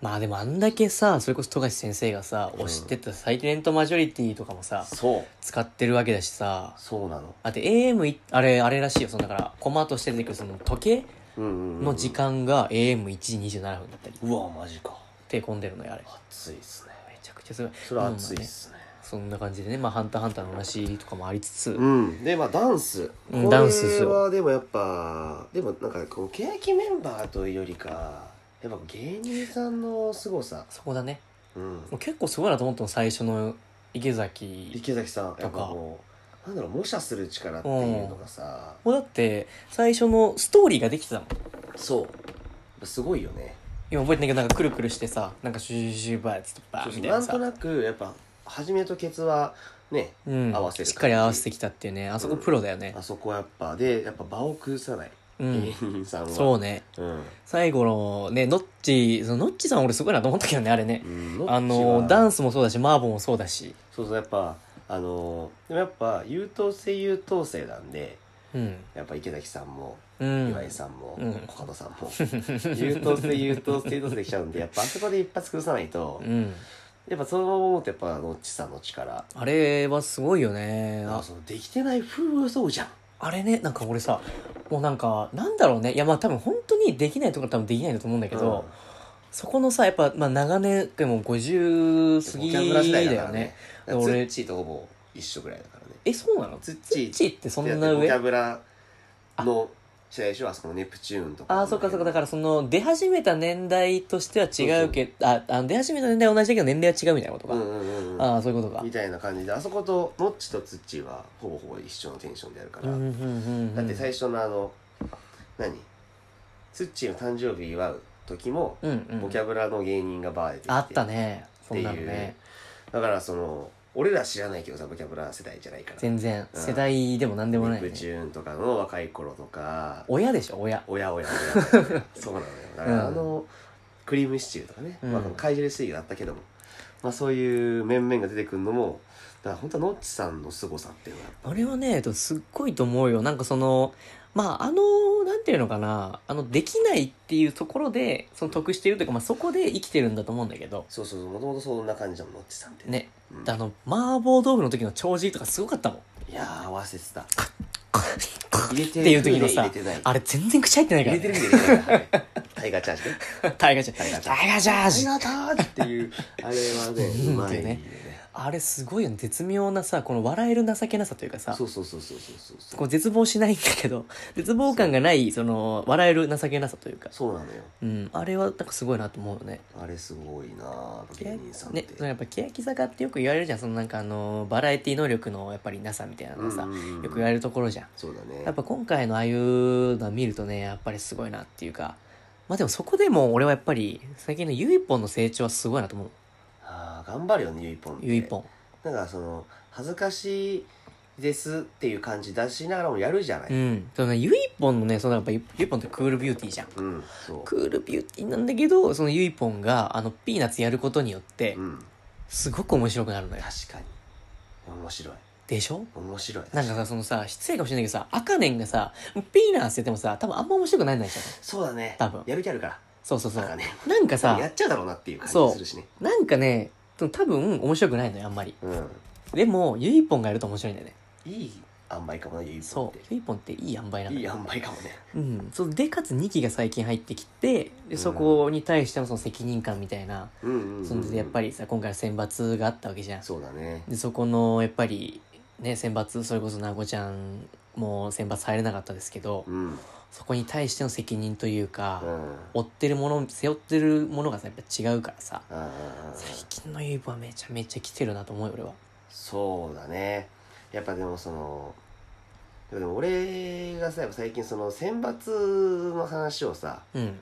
まあでもあんだけさ、それこそ富樫先生がさ、うん推してたサイレントマジョリティとかもさき。、そう。使ってるわけだしさ。そうなの。あと AM い、あれ、あれらしいよ。そのだから、コマとして出てくるその時計うんうんうんの時。間が AM1 時27分だったり。うわ、マジか。手込んでるのよ、あれ。暑いっすね。めちゃくちゃすごい。それは暑いっすね。そんな感じでね、まあ、ハンターハンターの話とかもありつつ、うん。で、まあ、ダンス。うんダンスっすよこれはでもやっぱ、でもなんか、このケーキメンバーというよりか、やっぱ芸人さんの凄さ。そこだね。うん。もう結構すごいなと思ったの、最初の池崎。池崎さん、やっぱもう、なんだろう、模写する力っていうのがさ、もうだって、最初のストーリーができてたもん。そう。すごいよね。今覚えてないけど、なんかくるくるしてさ、なんかシュシュシュシュバーっつってバそうーンそうみたいななんさと。なく、やっぱ、始めとケツは、ね、うん、合わせる感じしっかり合わせてきたっていうねあそこプロだよねあそこはやっぱでやっぱ場を崩さないうん、芸人さんは、そうねう、ん最後のねノッチそのノッチさん俺すごいなと思ったけどねあれねうん、あのダンンスもそうだしマーボンもそうだしそうそうやっぱあのでもやっぱ優等生優等生なんでうんやっぱ池崎さんもうん岩井さんも、岡野さんも優等生優等生優等生できちゃうんでやっぱあそこで一発崩さないと、うん。やっぱそう思うとやっぱノッチさんの力あれはすごいよね。ああそのできてない風を装うじゃんあれね、なんか俺さ、もうなんか、なんだろうね。いやまあ多分本当にできないところは多分できないんだと思うんだけど、そこのさ、やっぱ、まあ長年、でも50過ぎだよね。だからツ俺ッチーとほぼ一緒ぐらいだからねえ、そうなのツッチチッーチーってそんなボキャ上ブラの試合でしょあそこのネプチューンとかああ、そっかそっか。だかららその、出始めた年代としては違うけど、あ、あ出始めた年代は同じだけど年齢は違うみたいなことか。うんうんうんうんああ、そういうことかみ。たいな感じであそことノッチとツッチーはほぼほぼ一緒のテンションでやるから、うんうんうんうんだって最初のあの何ツッチーの誕生日祝う時も、うんうんボキャブラの芸人がバーで出てきてあったね。そんなのっていうね。だからその俺ら知らないけどさボキャブラ世代じゃないから全然、うん世代でも何でもない、ネねプ。チューンとかの若い頃とか親でしょ、親。おやおやおや [laughs] そうなのよだからあうんの、クリームシチューとかね、うんまあ、怪獣水魚だったけども、まあ、そういう面々が出てくるのもだから本当はノッチさんの凄さっていうのはあれはね、えっとすっごいと思うよ。なんかその、まあ、あの、なんていうのかな、あの、できないっていうところで、その得しているというか、まあ、そこで生きてるんだと思うんだけど、そうそうそうもともとそんな感じだもんノッチさんってね、うんあの、麻婆豆腐の時の長寿とかすごかったもん。いやー合わせてたっ入れてていう時の入されてない、あれ全然口入ってないか入ら、れてるね。んで入れてないタイガーチャージねタイガージャタイガーージ。ジャージタイガージャージ。タイガーチャージっていうあれはねううんまいよってねねあれすごいよね。絶妙なさ、この笑える情けなさというかさ、そうそうそうそうそうそうそこうう絶望しないんだけど、絶望感がない、その、笑える情けなさというか、そうなのようん、あれはなんかすごいなと思うよね。あれすごいなあ芸人さんって、ね、そのやっぱ欅坂ってよく言われるじゃんそのなんかあのバラエティ能力のやっぱりなさみたいなのがさ、うんうんうんよく言われるところじゃんそうだねやっぱ今回のああいうのは見るとねやっぱりすごいなっていうかまあでもそこでも俺はやっぱり最近のゆいぽんの成長はすごいなと思うああ頑張るよねゆいぽんってゆいぽんなんかその恥ずかしいですっていう感じ出しながらもやるじゃない、うんそのねゆいぽんのねそのやっぱゆゆいぽんってクールビューティーじゃんうんそクールビューティーなんだけどそのゆいぽんがあのピーナッツやることによってう、うん、確すごく面白くなるのよかに面白いでしょ面白いなんかさそのさ失礼かもしれないけどさあかねんがさピーナッツやってもさ多分あんま面白くならないじゃんそうだね多分やる気あるからそうそうそなんかう。ねなんかやさ、っちゃうだろうなっていう感じするしねなんかね、多分面白くないのよ、あんまり。うんでも、ゆいぽんがやると面白いんだよね。いい塩梅かもなゆいぽんっそうて。ゆいぽんっていい塩梅なんだいいよ。塩梅かもねうん。そうで、かつ2期が最近入ってきて、でそこに対してのその責任感みたいな、うんうんうん、そのやっぱりさ、今回の選抜があったわけじゃん。そうだねで、そこの、やっぱり、ね、選抜、それこそなごちゃんも選抜入れなかったですけど、うんうんそこに対しての責任というか、追ってるもの、背負ってるものがさ、やっぱ違うからさ、あ最ー近のゆいぽんはめちゃめちゃ来てるなと思うよ、俺は。そうだねやっぱでもそのでも俺がさやっぱ最近その選抜の話をさうん。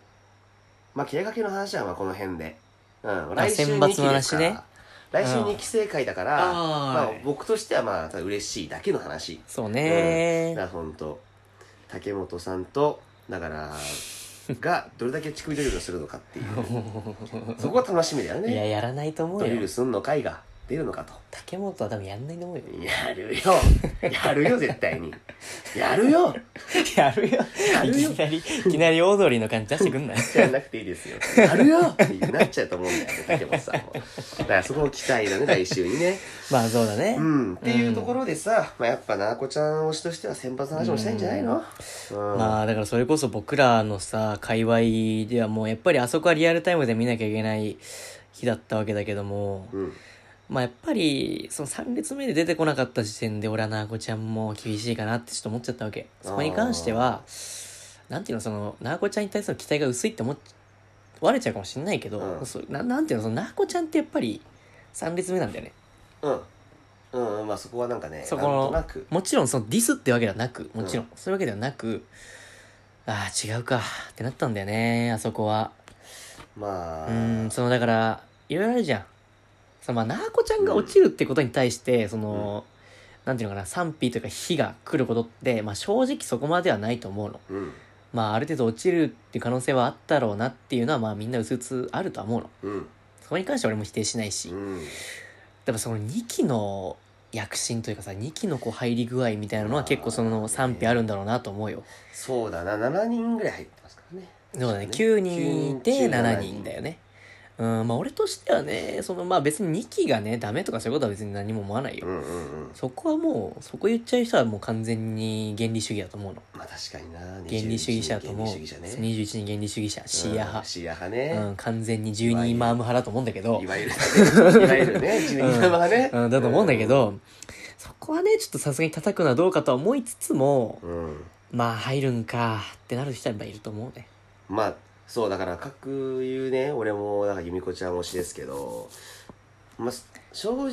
まあ、計画の話はまあこの辺で。うん。選抜二期の話ねですから来週2期生会だから、まああ、僕としてはまあ、ただ嬉しいだけの話。そうだねから本当竹本さんと、だから、 [laughs] が、どれだけ乳首ドリルをするのかっていう。そこは楽しみだよいや、ね。やらないと思ドうリルよ。すんの会が出るのかと。竹本は多分やんない [laughs] と思うよ。やる [laughs] よ。やるよ、絶対に。やるよ。やるよ。 [laughs] いるよきなり、いきなりオードリーの感じ出してくん [laughs] なよ。じゃなくていいですよ。やるよってなっちゃうと思うんだよね、竹本さんも。だからそこも期待だね、来週にね。まあそうだねう。ん、っていうところでさ、まあ、やっぱなあこちゃん推しとしては先発の話もしたいんじゃないの、うんまあだからそれこそ僕らのさ、界隈ではもうやっぱりあそこはリアルタイムで見なきゃいけない日だったわけだけども、うん、まあやっぱりその3列目で出てこなかった時点で俺はなあこちゃんも厳しいかなってちょっと思っちゃったわけそこに関してはなんていうのそのなあこちゃんに対する期待が薄いって思っ割れちゃうかもしれないけど、うんそうななんていうのそのなあこちゃんってやっぱり3列目なんだよねうんうんうんまあそこはなんかねそこのなんとなくもちろんそのディスってわけではなくもちろん、うそういうわけではなくああ違うかってなったんだよねあそこはまあうんそのだからいろいろあるじゃんそのまあなあこちゃんが落ちるってことに対して、その、なんていうのかな賛否というか非が来ることって、まあ、正直そこまではないと思うのうんまあある程度落ちるっていう可能性はあったろうなっていうのはまあみんなうつうつあるとは思うのうんそこに関しては俺も否定しないし、うんでもその2期の躍進というかさ2期のこう入り具合みたいなのは結構その賛否あるんだろうなと思うよそうだな7人ぐらい入ってますからねそうだねね9人いて9 7人だよねうんまあ俺としてはねそのまあ別に2期がねダメとかそういうことは別に何も思わないよ、うんうんうんそこはもうそこ言っちゃう人はもう完全に原理主義だと思うのまあ確かにな原理主義者だと思う原理主義者ね21人原理主義者シーア派うん、シーア派うね、ん完全に12マーム派だと思うんだけどいわゆる、ね、いわゆるね、自分様がね、うん、だと思うんだけど、そこはねちょっとさすがに叩くのはどうかとは思いつつも、うん。まあ入るんかってなる人はやっぱいると思うねまあ、そう、だから、各言うね、俺も、なんか、由美子ちゃん推しですけど、まあ、正直、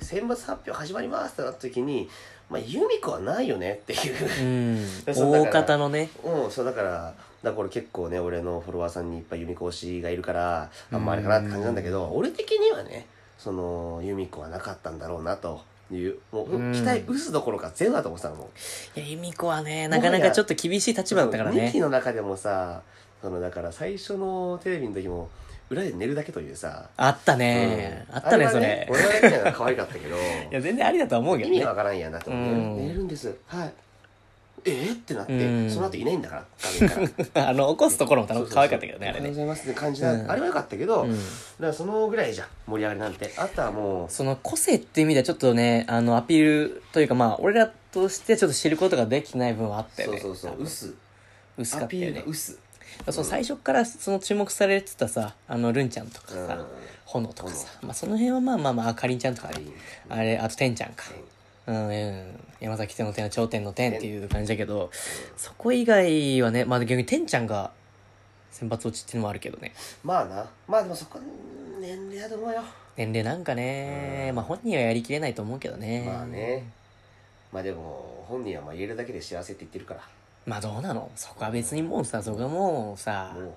選抜発表始まりますってなった時に、まあ、由美子はないよねっていう。うんそうだ大から方のねうん、そうだから、だからこれ結構ね、俺のフォロワーさんにいっぱい由美子推しがいるから、あんまあれかなって感じなんだけど、俺的にはね、その、由美子はなかったんだろうなという、もう、うん期待薄どころかゼロだと思ってたのもう。いや由美子はねもなはやかなかちょっと厳しい立場だったからミキねの中でもさそのだから最初のテレビの時も裏で寝るだけというさ、あったね、うんあったねれはそれ俺はやってないのが可愛かったけどい [laughs] や全然ありだとは思うけ意どね味わからんやなって思って、うん寝るんですはいえー、ってなって、うんその後いないんだから画面からあの起こすところもそうそうそう可愛かったけどねあれおはようごねざいますって感じだ、うんあれはよかったけど、うだんからそのぐらいじゃん盛り上がりなんてあとはもその個性っていう意味ではちょっとねあのアピールというかまあ俺らとしてちょっと知ることができてない分はあっうたよそうねそうそう薄薄かアったピーよルねが薄その最初からその注目されてたさあのルンちゃんとかさ、炎とかさ、まあ、その辺はまあまあまああかりんちゃんとかね、あれあと天ちゃんか、うんうん、山崎天の天は頂点の天っていう感じだけどそこ以外はねまあ逆に天ちゃんが選抜落ちっていうのもあるけどねまあなまあでもそこ年齢だと思うよ年齢なんかね、うんまあ本人はやりきれないと思うけどねまあねまあでも本人はまあ言えるだけで幸せって言ってるかまあどうなのそこは別にもうさそこはもうらさもう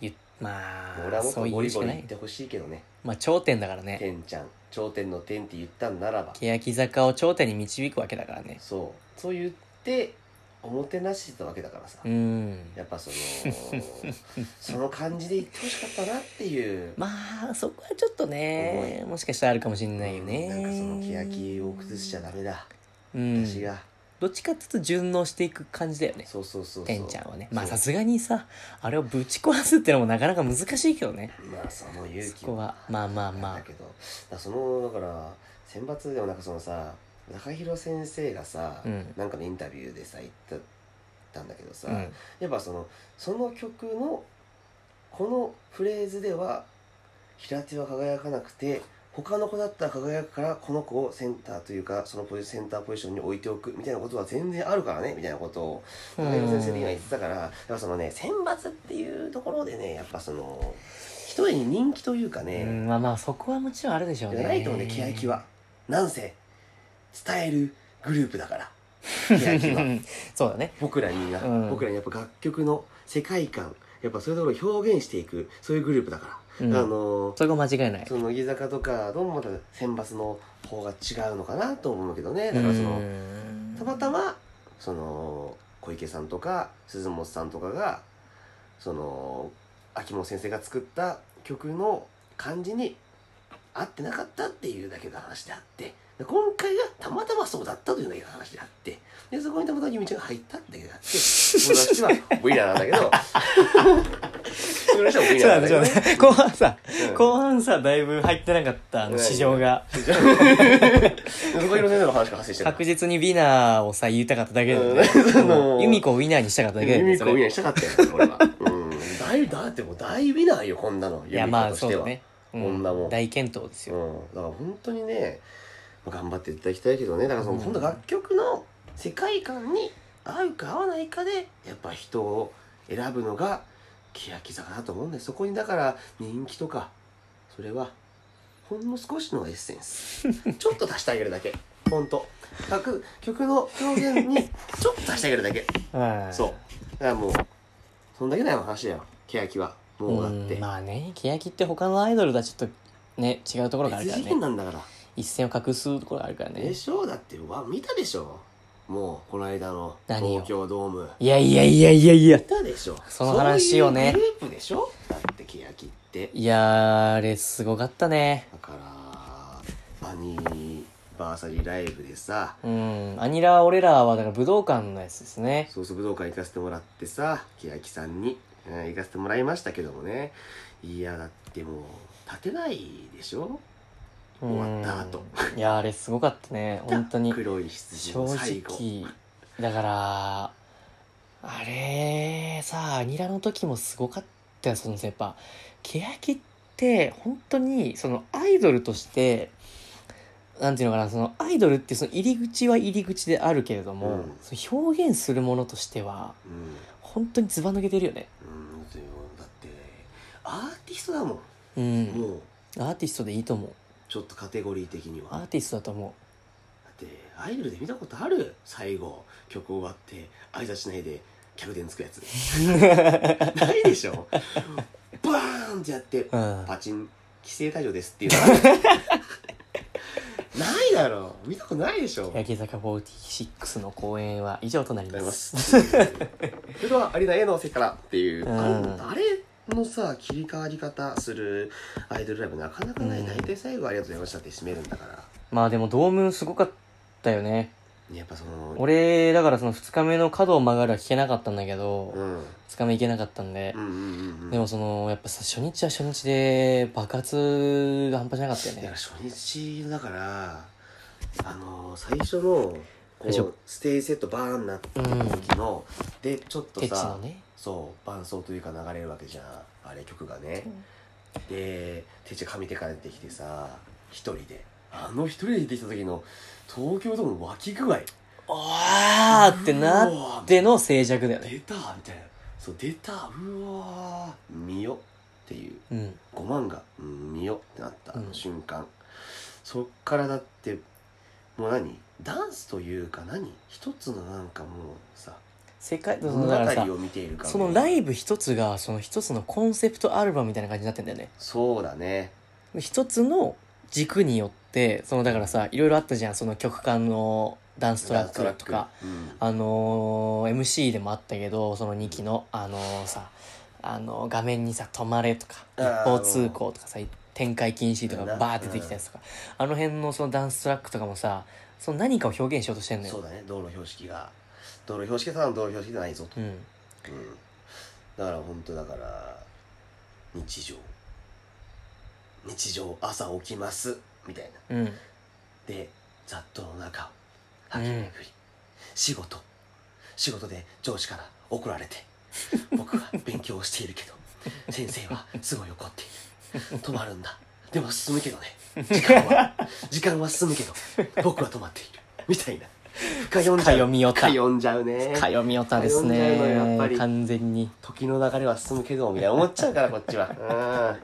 ゆまもう俺はあもっそとうボいうリしボかリな言っいてほしいけどねまあ頂点だからね天ちゃん頂点の天って言ったんならば欅坂を頂点に導くわけだからねそうそう言っておもてなしてたわけだからさうんやっぱその [laughs] その感じで言ってほしかったなっていうまあそこはちょっとねもしかしたらあるかもしれないよね、なんかその欅を崩しちゃダメだうん私がどっちかっていうと順応していく感じだよねそうそうそうそうてんちゃんはねまあそうさすがにさあれをぶち壊すってのもなかなか難しいけどねまあその勇気そこはまあまあまだあけどだからそのだから選抜でもなんかそのさ中広先生がさ、うんなんかのインタビューでさ言ったんだけどさ、うんやっぱそのその曲のこのフレーズでは平手は輝かなくて他の子だったら輝くからこの子をセンターというかそのポジセンターポジションに置いておくみたいなことは全然あるからねみたいなことをうん中広先生が今言ってたからやっぱそのね選抜っていうところでねやっぱその一重に人気というかね、うんまあまあそこはもちろんあるでしょうじねゃないと思うねケヤキはなんせ伝えるグループだからケヤキは [laughs] そうだね僕らにな、うん僕らにやっぱ楽曲の世界観やっぱそういうところを表現していくそういうグループだから、うんあのーそれが間違いないその乃木坂とかどうもまた選抜の方が違うのかなと思うけどねだからその、うんたまたまその小池さんとか鈴本さんとかがその秋元先生が作った曲の感じに合ってなかったっていうだけの話であってで今回がたまたまそうだったというだけの話であってでそこにたまたま由美ちゃんが入ったってだけであって私はブイラーなんだけど [laughs] 私はブイそうラだーなんだけねそどうだね後半さうん後半さだいぶ入ってなかったあの市場がでそこいろんなの話が発生してる確実にウィナーをさ言いたかっただけだようん [laughs] そのねユミコをウィナーにしたかっただけだユよねミそコれウィナーしたかったよ、俺 [laughs] は。うん。大、だってもう大ウィナーよ、こんなの。いやユミまコあとしそうてだは。ね、う女も大健闘ですうよ、ん。だから本当にね、頑張っていただきたいけどね、だからその、うん今度楽曲の世界観に合うか合わないかで、やっぱ人を選ぶのが、欅坂だと思うんで、そこにだから人気とか、それは、ほんの少しのエッセンス。 [laughs] ちょっと足してあげるだけ。ほんと。各曲の表現に、ちょっと足してあげるだけ。はいそう。だからもう、そんだけだよ、話だよ。ケヤキは。もうだって。んまあね欅って他のアイドルとはちょっとね違うところがある別から次ね元なんだから。一線を画すところがあるからねでしょだって、わ、見たでしょもう、この間の何を東京ドーム。いやいやいやいやいや見たでしょその話をねそういうグループでしょだって、ケヤキって。いやーあれすごかったねだから、バニーバーサリーライブでさうんアニラ俺らはだから武道館のやつですねソース武道館行かせてもらってさ欅さんに、うん行かせてもらいましたけどもねいやだってもう立てないでしょ終わった後うんいやあれすごかったね本当に黒い羊正の最後直だからあれさアニラの時もすごかったよそのやっぱ欅って本当にそのアイドルとしてなんていうのかなそのアイドルってその入り口は入り口であるけれども、うんその表現するものとしてはうん本当にずば抜けてるよねうんというだってアーティストだも、うんんもうアーティストでいいと思うちょっとカテゴリー的にはアーティストだと思だってアイドルで見たことある最後曲終わって挨拶しないで客電つくや [laughs] つないでしょバーンってやってううんパチン規制退場ですっていうのある [laughs] ないだろ見たことないでしょあ八木坂46の公演は以上となりりがとうございまます [laughs] すそれでは有田 A の席からっていう、うんあのあれのさ切り替わり方するアイドルライブなかなかない、うん大体最後ありがとうございましたって締めるんだからまあでもドームすごかったよねねやっぱその俺だからその2日目の角を曲がるは聞けなかったんだけど、うん、うん2日目行けなかったんでう、んうんうんでもそのやっぱさ初日は初日で爆発が半端じゃなかったよだからね初日だからあの最初のこ最初うステイセットバーンなった時の、でちょっとケチさのねそう伴奏というか流れるわけじゃんあれ曲がね、で手ち上手から出てきてさ一人であの一人で出てきた時の東京ドームの湧き具合おーってなっての静寂だよね出たみたいなそう出たうわー見よっていううん5万が、うん、見よってなったうん瞬間、そっからだってもう何ダンスというか何一つのなんかもうさ世界そ物のだからさ語を見ているかそのライブブ一つがその一つのコンセプトアルバムみたいな感じになってんだよねそうだね一つの軸によってそのだからさいろいろあったじゃんその曲間のダンストラックとか、うん、あのー MC でもあったけどその2期のあのーさあのー画面にさ「止まれ」とか「あ一ー方通行」とかさ展開禁止とかそうだなバーって出てきたやつとか、あの辺のそのダンストラックとかもさその何かを表現しようとしてんのそよう。だね道路標識が道路標識はただの道路標識じゃないぞと、ううんん、だから本当だから日常日常朝起きますみたいなうん、で雑踏の中吐き巡り、仕事仕事で上司から怒られ [laughs] て僕は勉強をしているけど先生はすごい怒っている止まるんだでも進むけど [laughs] ね時間は時間は進むけど僕は止まっているみたいな深読んじ深ゃ読うみよた深深読んじゃうね読みよたです深読んじゃうのよやっぱねり完全に時の流れは進むけどみたいな思っちゃうからこっちはうん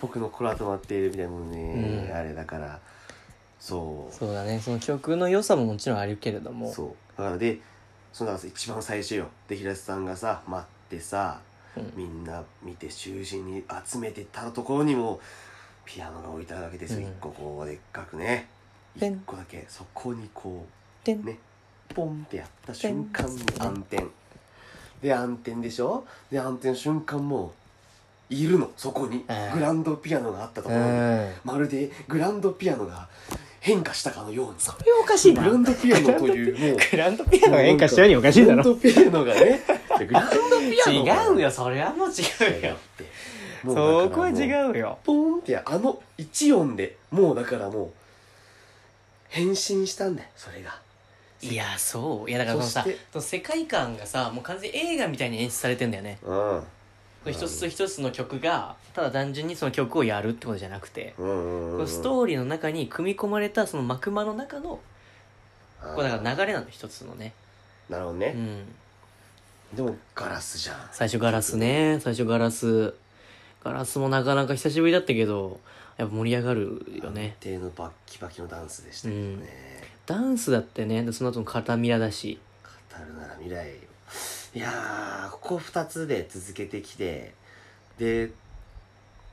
僕の心は止まっているみたいなもんね、うんあれだからそうそうだねその曲の良さももちろんあるけれどもそうだからでその中で一番最初よで平瀬さんがさ待ってさうんみんな見て囚人に集めてたところにもピアノが置いてあるわけですよ、うん一個こうでっかくねペン一個だけそこにこでうねポンってやった瞬間に暗転で暗転でしょで暗転瞬間もういるのそこにあーグランドピアノがあったとうころにんまるでグランドピアノが変化したかのようにそれおかしいグなランドピアノという [laughs] もうグランドピアノが演歌したようにおかしいだろグランドピアノがね。グランドピアノが違う。よそれはもう違うよって。そこはう。違うよポーンってあの一音で、もうだからもう、変身したんだよ、それが。いやそういやだからそのさそしてその世界観がさもう完全に映画みたいに演出されてんだよねうん。うん一つ一つの曲がただ単純にその曲をやるってことじゃなくてうんこのストーリーの中に組み込まれたその幕間の中のこれだから流れなの一つのねなるほどうね。んでも、ガラスじゃん。最初ガラスね最初ガラスガラスもなかなか久しぶりだったけどやっぱ盛り上がるよね安定のバッキバキのダンスでしたけどね。ダンスだってねでその後の片ミラだし語るなら未来よいやーここ2つで続けてきてで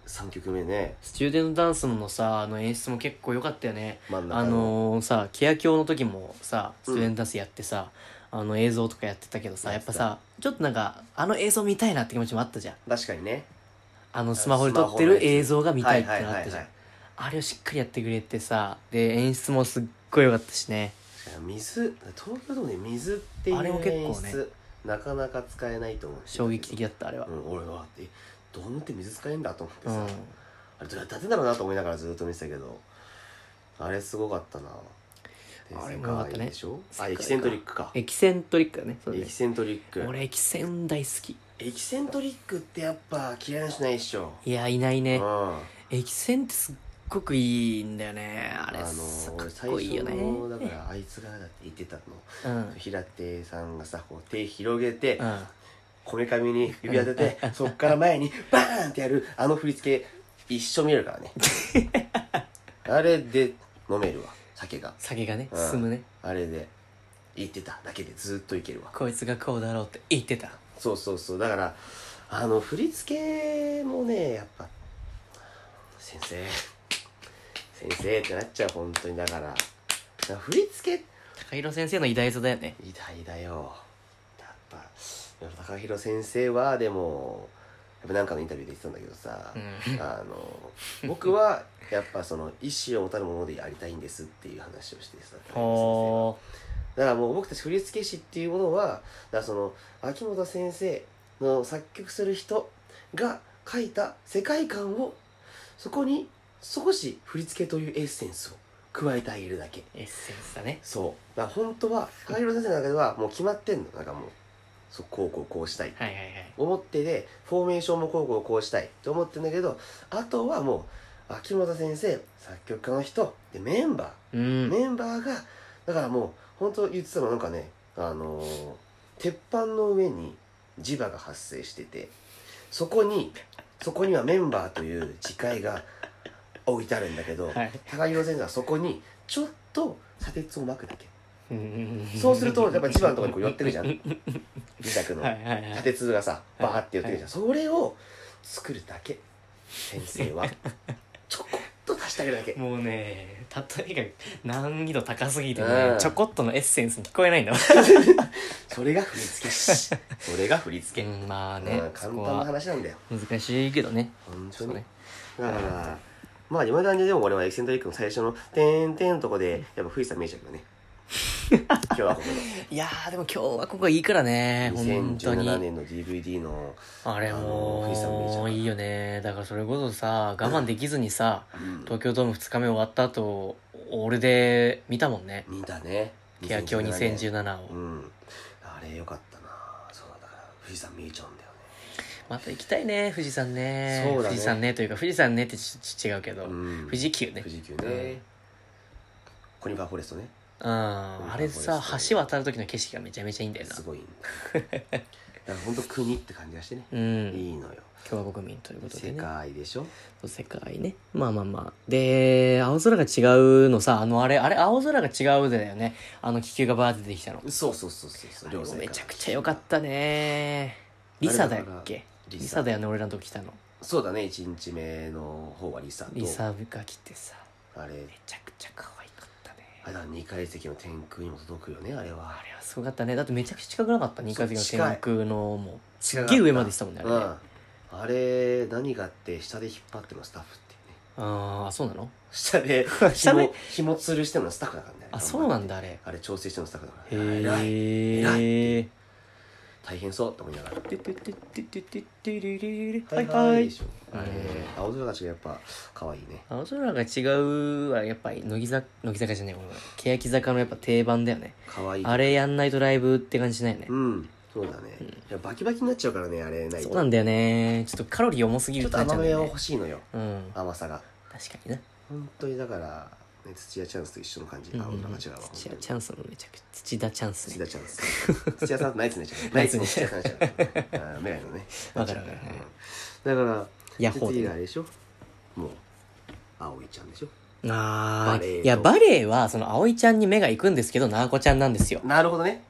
3曲目ねスチューデントダンスのさあの演出も結構良かったよね真ん中あのー、さケア教の時もさスチューデントダンスやってさ、あの映像とかやってたけどさやっぱさちょっとなんかあの映像見たいなって気持ちもあったじゃん確かにねあのスマホで撮ってる映像が見たいってなったじゃん、はいはいはいはいあれをしっかりやってくれてさで演出もすっこよかったしね水東京ドームで水っていうあれも結構ね演出、なかなか使えないと思う衝撃的だったあれはうん、俺はえドームって水使えんだと思ってうさ、ん、あれどうやってやってんだろうなと思いながらずっと見てたけどあれすごかったなあれもよかっで世たね界でしょ世あ界エかキセントリックかエキセントリックだねそうだエねキセントリック俺エキセン大好きエキセントリックってやっぱ嫌いな人ないっしょいやいないねうんエキセンってすっごくいいんだよねあれあさのか俺っ最こいいよね初のだからあいつがだって言ってたの、うん平手さんがさこう手広げてうんこめかみに指当ててそっから前にバーンってやるあの振り付け一緒見えるからねあれで飲めるわ酒が酒がねうん進むねあれで言ってただけでずっといけるわこいつがこうだろうって言ってたそうそうそうだからあの振り付けもねやっぱ先生先生ってなっちゃう本当にだからだから振り付け高弘先生の偉大さだよね偉大だよやっぱやっぱ高弘先生はでもやっぱなんかのインタビューで言ってたんだけどさ、うんあの僕はやっぱその意思を持たぬものでやりたいんですっていう話をしてさ高弘先生はほだからもう僕たち振付師っていうものはだからその秋元先生の作曲する人が書いた世界観をそこに少し振付というエッセンスを加えてあげるだけーエッセンスだねそうだから本当 [laughs] は高弘先生の中ではもう決まってんのなんかもうそうこうこうこうしたいはいはいはい思ってでフォーメーションもこうこうこうしたいと思ってんだけどあとはもう秋元先生作曲家の人でメンバーうんメンバーがだからもう本当言ってたのなんかねあのー鉄板の上に磁場が発生しててそこにそこにはメンバーという磁界が置いてあるんだけど、はい高広先生はそこにちょっと砂鉄をまくだけそそうするとやっぱ磁場のところにこう寄ってくじ [laughs] ゃん磁石のはいはいは砂い鉄がさバーって寄ってくじゃんそれを作るだけ先生 [laughs] はちょこっと足してあげるだけもうね例えが難易度高すぎてうねんちょこっとのエッセンスに聞こえないんだわそれが振り付 [laughs] け師それが振り付けうんまあうねんそ簡単こなは話なんだよ難しいけどね本そ当うに、ねだからまあ今だにでも俺はエキセントリックの最初の「てんてん」のとこでやっぱ富士山見えちゃうけ [laughs] どね今日はここいやーでも今日はここいいからねの本2017当に年の DVD の、あれあの富士山見えちゃもうういいよねだからそれこそさ我慢できずにさ東京ドーム2日目終わった後俺で見たもんね見たね「ケヤキョ2017 2017を」うんあれよかったなそうだから富士山見えちゃうんだよねまた行きたいね富士山ねそうだね富士山ねというか富士山ねってちち違うけど、うん富士急ね富士急うんねコニファーフォレストねうんあれさ橋渡る時の景色がめちゃめちゃいいんだよなすごいんだよだから本当国って感じがしてねうんいいのよ共和国民ということで世ね界でしょ世界ねまあまあまあで青空が違うのさあのあれあれ青空が違うでだよねあの気球がバーって出てきたのそうそうそうそうそう両世界めちゃくちゃ良かったねリサだっけリリササだよね俺らのとこ来たのそうだね1日目の方はリサとリサが来てさあれめちゃくちゃ可愛かったねあれだ2階席の天空にも届くよねあれはあれはすごかったねだってめちゃくちゃ近くなかった2階席の天空のもうす近いっげえ上まで行ってたもんねあれねあうんあれ何があって下で引っ張ってもスタッフっていうねあーそうなの下で [laughs] 下で紐紐吊るしてもスタッフだからねあそうなんだあれへあれ調整してもスタッフだからね偉いえ大変そうと思いながらはいはいでしょあれう青空たちがやっぱ可愛いね青空が違うはやっぱり乃木坂乃木坂じゃないごめんごめん欅坂のやっぱ定番だよね可愛いあれやんないとライブって感じしないねうんそうだねいやバキバキになっちゃうからねあれないそとうなんだよねちょっとカロリー重すぎちるょっってとなっちゃ甘うんだめはよね欲しいのようん甘さが確かにな本当にだから、ね、土屋チャンスと一緒の感じ、あ、俺らが違うわ。土屋チャンスのめちゃくちゃ土田チャンス土ね屋チャンス。土屋さんとナイツになっ [laughs] ちゃう。ナイツに土屋さんになっちゃう。あーメガネのね。わかるわかるうんだから、ヤッホーでね次があれでしょもう、葵ちゃんでしょあバレエーのいやバレエはその葵ちゃんに目が行くんですけどなあこちゃんなんですよなるほどね。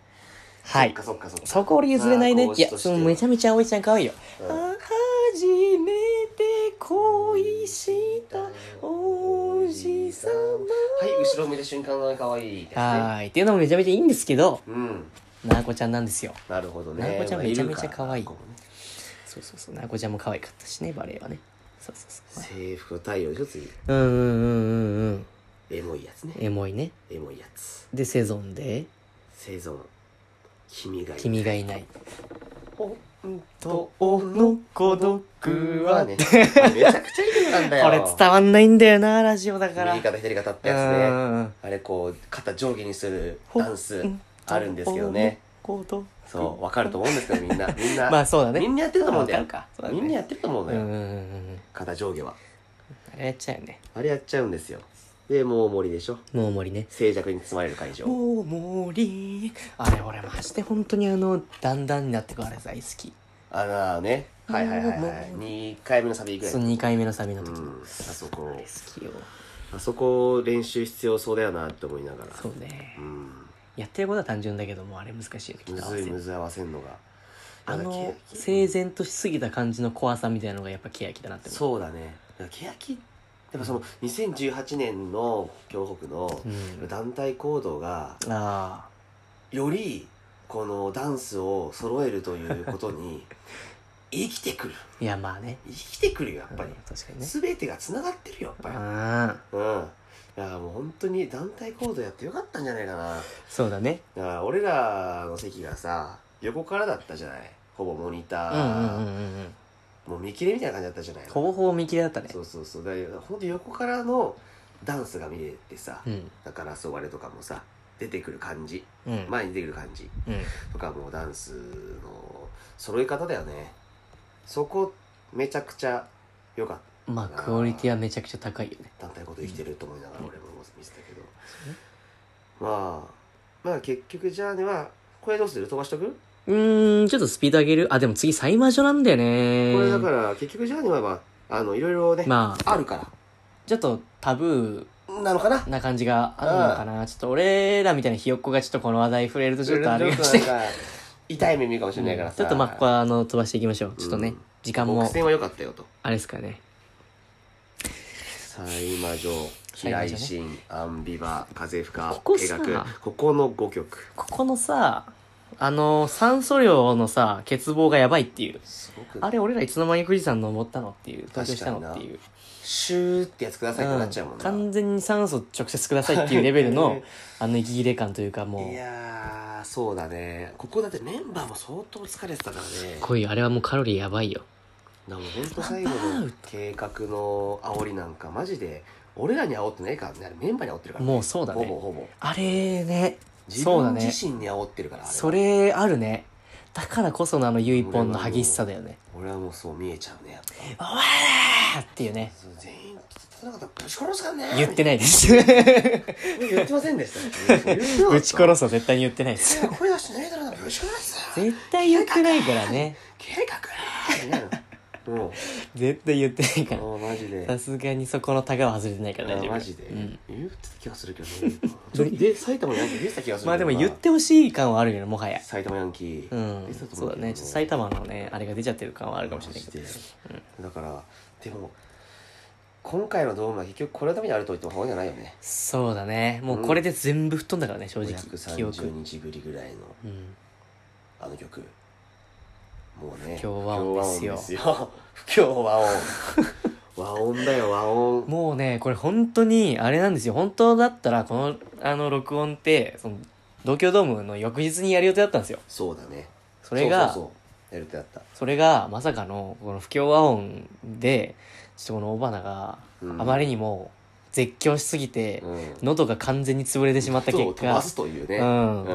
はそっいかそっかそっか。そこ俺譲れないねまあいや講師としてそはのめちゃめちゃ葵ちゃん可愛いようん初めて恋した王子様はい、後ろ向いた瞬間が可愛いですね。はーいっていうのもめちゃめちゃいいんですけどうん。なあこちゃんなんですよなるほどね。なあこちゃんまあめちゃめちゃるから可愛いここねそうそうそうなあこちゃんも可愛かったしねバレエはねそうそうそう制服と太陽でしょ、次。うんうんうんうんうんエモいやつねエモいねエモいやつでセゾンで生存君が「い君がいない本当の孤独はねめちゃくちゃいい歌なん」だよこれ伝わんないんだよなラジオだから右肩左肩ってうやんうんうんつねあれこう肩上下にするダンスあるんですけどねほんとそうわかると思うんですけどみんなみんな、 [laughs] まあそうだみねんなやってると思うんだよわかるかそうだねみんなやってると思ううんのうよ、んうん肩上下はあれやっちゃうよねあれやっちゃうんですよでもう森でしょもう森ね静寂に包まれる会場もう森あれ俺マジで本当にあのだんだんになってくあれ大好きあらねはいはいはいもはうい2回目のサビいくらそいの2回目のサビの時、うんあそあこれ好きよあそこ練習必要そうだよなって思いながらそうねうんやってることは単純だけどもうあれ難しいよねきっむと合わずせいむるずい合わせんのがあの生整然としすぎた感じの怖さみたいなのがやっぱケヤキだなって思そうだねだから欅やっぱその2018年の京北のう、うん、団体行動があよりこのダンスを揃えるということ [laughs] に生きてくるあいやまあね生きてくるよやっぱりうん、確かにね全てがつながってるよやっぱあありうんだからもう本当に団体行動やってよかったんじゃないかなそうだねだから俺らの席がさ横からだったじゃないほぼモニタうんうんー、うんうんうんもう見切れみたいな感じだったじゃないほぼほぼ見切りだったねそうそうそうだからほんと横からのダンスが見れてさ、うんだからそわれとかもさ出てくる感じうん前に出てくる感じうんとかもうダンスの揃え方だよねそこめちゃくちゃ良かっまあクオリティはめちゃくちゃ高いよねた団体こと生きてると思いながら俺も見せたけど、うねまあまあ結局じゃあねまあこれどうする飛ばしとく、うーんちょっとスピード上げるあでも次サイマージョなんだよねこれだから結局じゃあねまあまああのいろいろね、まああるかちょっとタブらなのかなーな感じがあるのかなちょっと俺らみたいなひよっこがちょっとこの話題触れるとちょっとあれがしてなんか痛い目見るかもしれないからさ、ちょっとまあここはあの飛ばしていきましょうちょっとね、うん時間木も戦は良かったよとあれですからねサイマジョイ平マ井ジョね心、アンビバ風吹かここ計さ画ここの5曲ここのさあの酸素量のさ欠乏がやばいっていうすごくあれ俺らいつの間に富士山登ったのっていう登頂したのっていうシューってやつくださいってなっちゃうもんな、完全に酸素直接くださいっていうレベルね [laughs] のあの息切れ感というかもういやーそうだねここだってメンバーも相当疲れてたからねこういうあれはもうカロリーやばいよでもほんと最後の計画の煽りなんかマジで俺らに煽ってないからねあれメンバーに煽ってるからね、もうそうだほぼねほぼあれね自そうだ分ね自身に煽ってるからあれはそれあるねだからこそのあのゆいぽんの激しさだよね俺はもうそう見えちゃうねやっぱ「おわー!」っていうねそう全員立たなかったらぶち殺すからね言ってないで [laughs] す言ってませんでした。ぶち殺す。すは絶対に言ってないです声出してないだろうな、ぶち殺 [laughs] す。絶対言ってないからね計画も絶対言ってないからう、マジで。さすがにそこのタガは外れてないから大丈夫マジでうん。言ってた気がするけ [laughs] どね。ちょで、埼玉ヤンキー出てた気がするけどな。まあでも言ってほしい感はあるよねもはや埼玉ヤンキうー。んそうだねちょっと埼玉のねあれが出ちゃってる感はあるかもしれないけどマジでだから、でも、今回のドームは結局これのためにあると言っても過言じゃないよね。そうだねもうこれで全部吹っ飛んだからね正直記530憶日ぶりぐらいのうんあの曲。もうね。不協和音ですよ不協和音ですよ [laughs] 不協和音。和音だよ、和音。もうねこれ本当にあれなんですよ本当だったらこのあの録音ってその東京ドームの翌日にやる予定だったんですよそうだねそれがそそうそうそうやるってやったれがまさかのこの不協和音でちょっとこの尾花がうんあまりにも絶叫しすぎて、うん喉が完全に潰れてしまった結音を飛果ばすというねうん、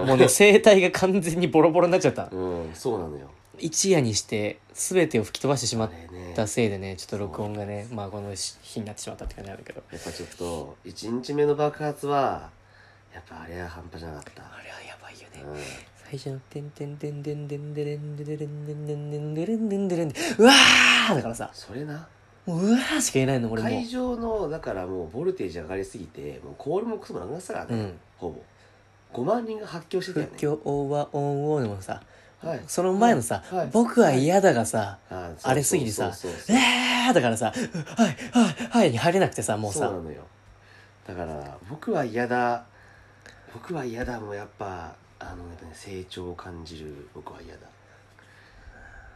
もうね声帯が完全にボロボロになっちゃったうんそうなのよ一夜にして全てを吹き飛ばしてしまあっれねやたせいでねちょっと録音がねまあこの日になってしまったって感じなんだけどっぱちょっと1日目の爆発はやっぱあれは半端じゃなかったあれはやばいよねうん最初の「てんてんてんてんてんてんてんてんてんてんてんてんてんてんてんてんてん」うわーだからさそれなもううわーしか言えないの俺も会場のだからもうボルテージ上がりすぎてもうコールもクソもなくなってたからうね、んほぼ5万人が発狂してたよ不ね協和音をでもさはいその前のさはいはい「僕は嫌だ」がさあそうあれすぎてさそうそう「そうえー」だからさ「はいはいはい」に入れなくてさもうそうなさのよだから僕は嫌だ僕は嫌だもやっぱあのやっぱね成長を感じる僕は嫌だ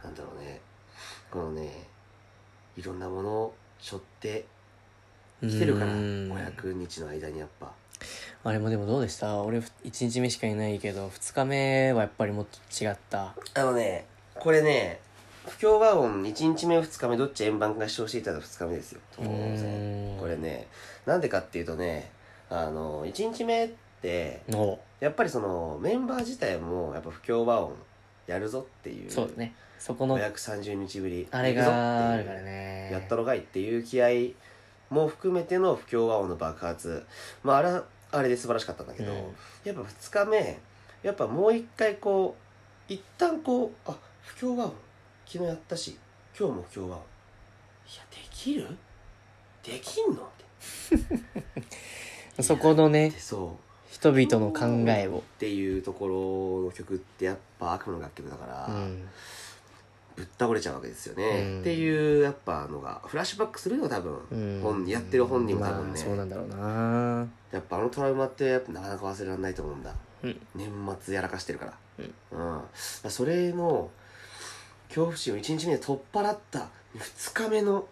なんだろうねこのねいろんなものを背負って来てるからうん500日の間にやっぱあれもでもどうでした俺1日目しかいないけど2日目はやっぱりもっと違ったあのねこれね不協和音1日目2日目どっち円盤化してほしいって言ったら2日目ですようーんこれねなんでかっていうとねあの1日目ってのやっぱりそのメンバー自体もやっぱ不協和音やるぞっていうそうだねそこの530日ぶりあれ行くぞっていがうあるからねやったろがいっていう気合も含めての不協和音の爆発まああれはあれで素晴らしかったんだけど、うんやっぱ2日目やっぱもう一回こう一旦こうあ不協和音昨日やったし今日も不協和音いやできるできんのってそこのねでそう人々の考えをっていうところの曲ってやっぱ悪夢の楽曲だから、うんぶっ倒れちゃうわけですよね、うんっていうやっぱのがフラッシュバックするよ多分、うん本やってる本人も多分まあね、そうなんだろうなやっぱあのトラウマってやっぱなかなか忘れられないと思うんだ、うん年末やらかしてるからうんうん、だからそれの恐怖心を1日目で取っ払った2日目の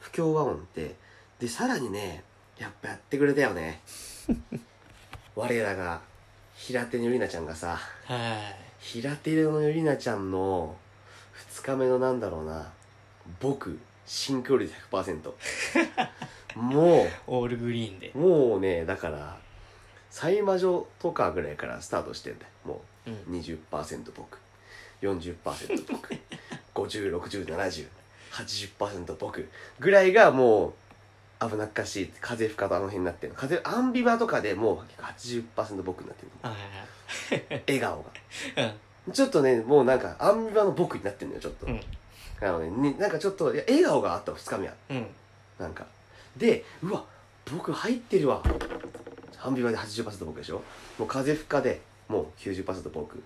不協和音ってでさらにねやっぱやってくれたよ [laughs] ね我らが平手のゆりなちゃんがさはい平手のゆりなちゃんの2日目のなんだろうな僕シンクロ率100%もうオールグリーンでもうね、だから、最魔女とかぐらいからスタートしてんだよ。もううん20%僕、40%僕、50、60、70、80%僕ぐらいがもう危なっかしい。風吹かとあの辺になってるの。風、アンビバとかでもう80%僕になってるはいの。笑顔が。はいはいちょっとね、もうなんかアンビバの僕になってるのよ、ちょっと。うんあのねに、なんかちょっと、いや笑顔があった2日目は。うんうんなんか。で、うわ、僕入ってるわ。半ビバで80%僕でしょもう風吹かで、もう90%僕。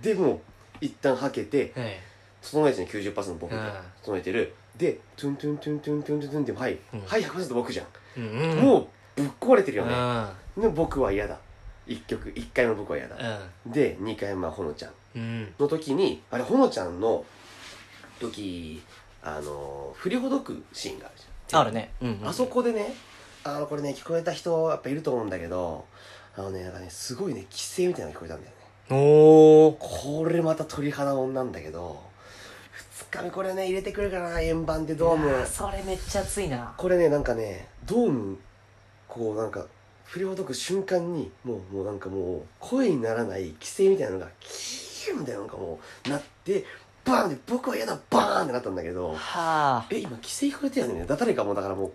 で、もう、一旦はけて、はい整えてる90%僕じゃんうん整えてる。で、トゥントゥントゥントゥントゥントゥントゥンでも、はい、うんはい、100%僕じゃん。うんもう、ぶっ壊れてるようんね。で、僕は嫌だ。一曲、一回目の僕は嫌だ。で、二回目はほのちゃん。うんの時に、あれ、ほのちゃんの時、あの、振りほどくシーンがあるじゃん。あるねうんうんあそこでね、あの、これね、聞こえた人、やっぱいると思うんだけど、あのね、なんかね、すごいね、奇声みたいなのが聞こえたんだよね。おーこれまた鳥肌もんなんだけど、二日目これね、入れてくるかな、円盤でドーいやム。それめっちゃ熱いなこれね、なんかね、ドーム、こうなんか、振りほどく瞬間に、もう、もうなんかもう、声にならない奇声みたいなのが、キーンみたいなのがもう、なって、バーンって、僕は嫌だ、バーンってなったんだけど、はあえ、今、奇声聞こえたよね。だ誰かもうだからもう、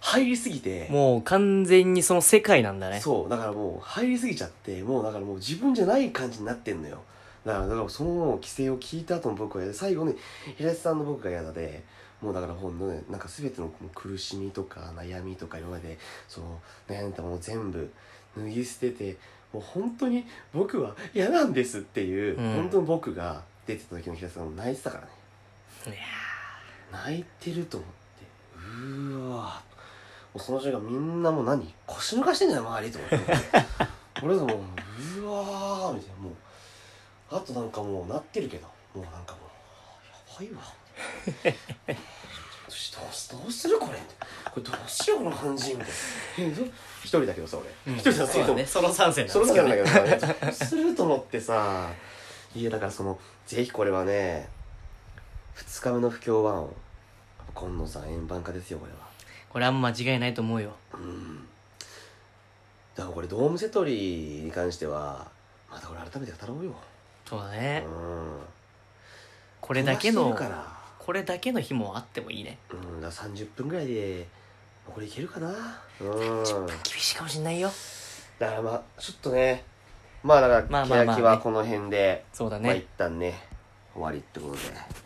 入りすぎて、もう完全にその世界なんだねそうだからもう入りすぎちゃってもうだからもう自分じゃない感じになってんのよだからだからその規制を聞いた後の僕は嫌で最後に平瀬さんの僕が嫌だでもうだからほんのねなんか全てのこの苦しみとか悩みとか今までその悩んだものを全部脱ぎ捨ててもう本当に僕は嫌なんですっていう、うん本当に僕が出てた時の平瀬さんも泣いてたからねいや泣いてると思ってうーわもうその瞬間みんなもう何腰抜かしてんじゃない周りと思って俺ともううわーみたいなもうあとなんかもうなってるけどもうなんかもうやばいわ [laughs] どうしどうすどうするこれこれどうしようこの感じみたいなえど [laughs] 一人だけどさー俺一人だけそうどだねその参戦それだだけけなどんだねけどさ俺すると思ってさいやだからそのぜひこれはね2日目の不協和音今野さん円盤化ですよこれはこれあんま間違いないと思うようんだからこれドームセトリに関してはまたこれ改めて語ろうよそうだうねんこれだけ飛のばしてるからこれだけの日もあってもいいねうんだから30分ぐらいでこれいけるかなうん厳しいかもしんないよだからまあちょっとねまあだかまらあまあまあね欅はこの辺でそうだまあ一ね旦ね終わりってことで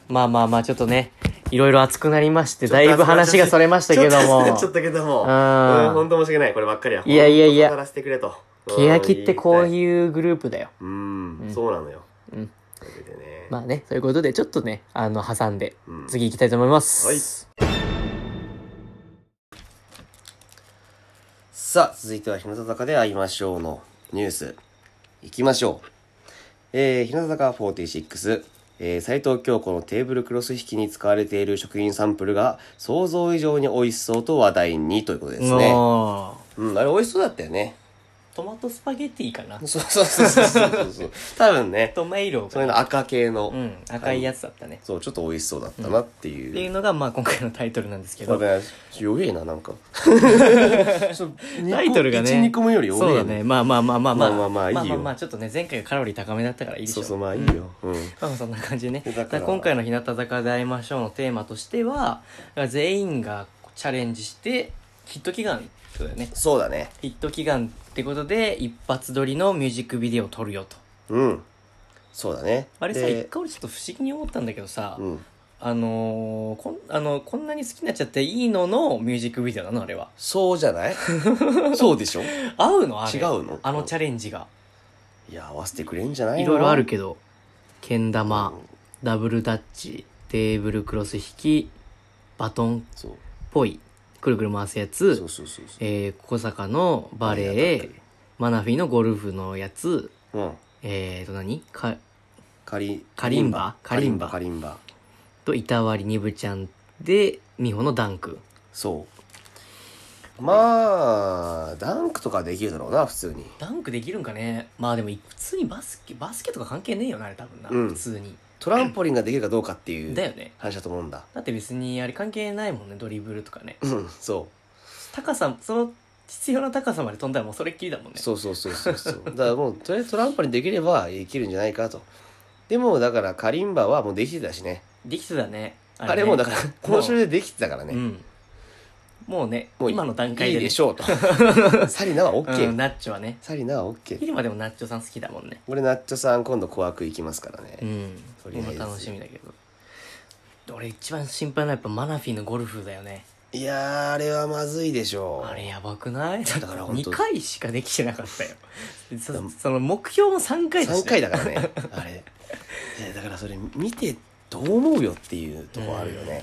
まあまあまあちょっとねいろいろ熱くなりましてちょっとだいぶ話がそれましたけどもちょっとだけども。ううんん、本当申し訳ない、こればっかりは。いやいやいや本当語らせてくれと。欅ってこうういうグループだよん。うん、そうなのよ。うんというわけでね。まあねそういうことでちょっとねあの挟んでうん次行きたいと思います、さあ、続いては日向坂で会いましょうのニュース。いきましょう。えー、日向坂46、えー、斉藤京子のテーブルクロス引きに使われている食品サンプルが想像以上に美味しそうと話題にということですね。あーうん、あれ美味しそうだったよね。トマトスパゲティかなそうそうそうそうそうそう。多分ね、トマイロそういうの赤系の、うん赤いやつだったねそう、ちょっと美味しそうだったなっていう。っていうのがまあ今回のタイトルなんですけやどべえ、弱えな、なんか。タタイトルがね1、2個目より弱そうえだな。ねまあまあまあまあまあまあまあまあいいよまあまあちょっとね前回がカロリー高めだったからいいでしそょうそう、まあいいよ。うん。まあまあそんな感じでね [laughs] だだからから今回の「日向坂で会いましょう」のテーマとしては全員がチャレンジしてヒット祈願ってことだよねそうだね。ヒット祈願ってことで一発撮りのミュージックビデオを撮るよとうん。そうだね。あれさで一回俺ちょっと不思議に思ったんだけどさ、うん。あのーこんあのこんなに好きになっちゃっていいののミュージックビデオなのあれはそうじゃ [laughs] ないそうでしょ合うのあれ違うのあのチャレンジがいや、合わせてくれんじゃないいのろいろあるけどけん玉、うんダブルダッチテーブルクロス引きバトンっそう。ぽいくるくる回すやそつうそうそうそえー、小坂のバレバレエだエったりマナフィのゴルフのやつう。うん。えー、と何かカリ、カリンバカリンバ。カカリンバ。と板割りにぶちゃんで美穂のダンクそう。まあ、ダンクとかできるだろうな、普通に。ダンクできるんかねまあでも普通にバスケバスケとか関係ねえよなあれ多分な、うん普通にトランポリンができるかどうかっていだうよね話だと思うんだ。だって別にあれ関係ないもんねドリブルとかねうん、そう。高さその必要な高さまで飛んだらもうそれっきりだもんねそうそうそうそうそう。だからもう、とりあえずトランポリンできれば生きるんじゃないかと。でも、だから、カリンバはもうできてたしね。できてたねあねれもうだ [laughs] から、今週でできてたからうね。んもうねもう今の段階で、いいね、でし [laughs] ょうと。サリナはうん OK。ナッチョはねサリナは OK。昼間でもナッチョさん好きだもんね俺、ナッチョさん、今度、小悪行きますからうね。んとりあえず今楽しみだけどで俺一番心配なのはやっぱマナフィのゴルフだよねいやー、あれはまずいでしょう。あれやばくないだから本当2回しかできてなかったよそその目標も3回だし3回だからねあれいやだからそれ見てどう思うよっていうとこあるよね、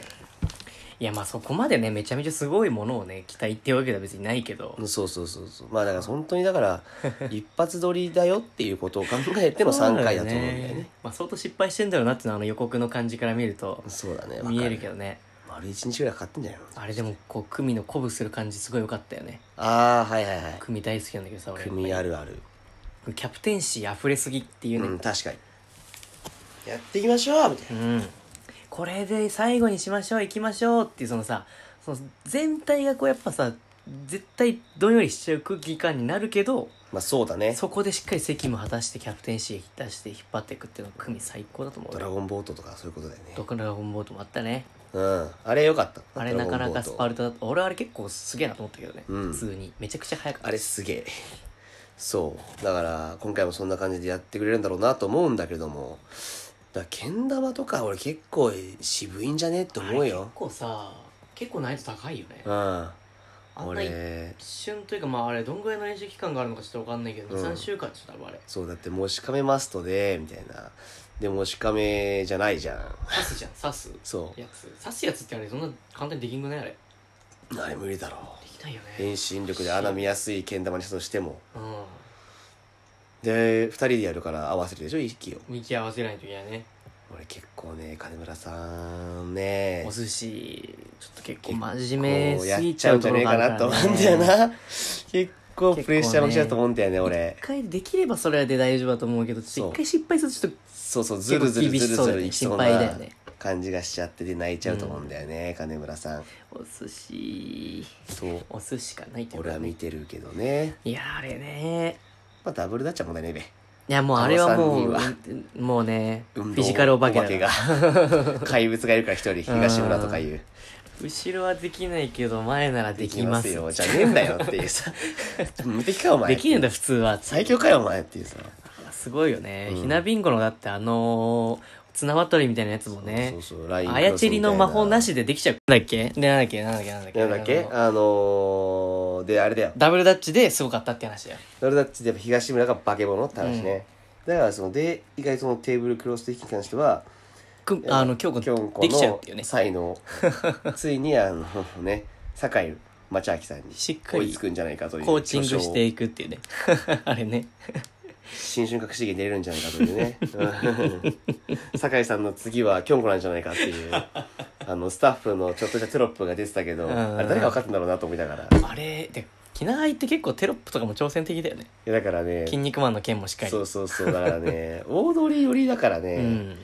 いやまあそこまでねめちゃめちゃすごいものをね期待っていうわけでは別にないけどそうそうそうそうまあだから本当にだから [laughs] 一発撮りだよっていうことを考えての3回だと思うんだよねまあ相当失敗してんだろうなっていうのはあの予告の感じから見るとそうだね見えるけどどね丸1日ぐらいかかってんじゃないのあれでもこう組の鼓舞する感じすごい良かったよねああはいはいはい組大好きなんだけどさ俺組あるあるキャプテンシー溢れすぎっていううねん確かにやっていきましょうみたいうんな、、これで最後にしましょう行きましょうっていうそのさその全体がこうやっぱさ絶対どんよりしちゃう空気感になるけどまあそうだねそこでしっかり責務果たしてキャプテンシー出して引っ張っていくっていうのは組最高だと思うドラゴンボートとかそういうことだよねドラゴンボートもあったねうんあれよかったあれなかなかスパルルタだと俺あれ結構すげえなと思ったけどね、うん普通にめちゃくちゃ速かったあれすげえ。そう。だから、今回もそんな感じでやってくれるんだろうなと思うんだけれども、だからけん玉とか俺結構渋いんじゃねって思うあれよ結。構さ結構難易度高いよねうん。あんな一俺、瞬というかまああれどんぐらいの練習期間があるのかちょっと分かんないけど、うん23週間ちょっと多分あれそうだって、もしかめマストで、みたいな。で、もしかめじゃないじゃん。刺すじゃん刺すそやつ刺すやつってあれそんな簡単にできんくないあれでう。あれ無理だろう。きないよね遠心力で穴見やすいけん玉にしたとしても。うんで、二人でやるから合わせるでしょ、息を。向き合わせないといけないね俺結構ね、金村さんねお、寿司ちょっと結構真面目すぎちゃうんじゃねえかなと思うんだよなな結構プレッシャーのうちだと思うんだよね俺一回できればそれで大丈夫だと思うけどちょっと一回失敗するとちょっとそうそうずるずるずるずるいき結そ構う厳しそうだよね心配だよなね感じがしちゃってで泣いちゃうと思うんだよね、金村さんお寿司そうお寿司かないという俺かは見てるけどねいやーあれねまあダブルだっちゃ問題ないべいやもうあれはもあうのもうねフ運動ィジカルお化けだが怪物が [laughs] いるから一人東村とかいう後ろはできないけど前ならできますよじゃねえんだよっていうさ無敵かお前できるんだ普通は最強かよお前っていうさすごいよね、うんひなビンゴのだってあのー綱渡りみたいなやつもねそうそうラインあやちりの魔法なししでできちゃうなんだっけでなんだっけなんだっけなんだっけなんだっけあのあのー、であれだよダブルダッチですごかったって話だよそれだってやっぱ東村が化け物って話ね、だからそので意外とそのテーブルクロス引きに関してはくあの京子きょんこできちゃうっていうねの才 [laughs] 能ついにあのね酒井町明さんにしっか追いりつくんじゃないかという [laughs] コーチングして巨匠いくっていうねあれね新春隠し芸出れるんじゃないかというね [laughs] うん酒井さんの次はキョンコなんじゃないかっていうあのスタッフのちょっとしたテロップが出てたけどうんあれ誰が分かってんだろうなと思いながらいあれでキナアイって結構テロップとかも挑戦的だよねやだから「ね筋肉マン」の件もしっかりそうそうそうだから [laughs] ねオードリーよりだからうね、ん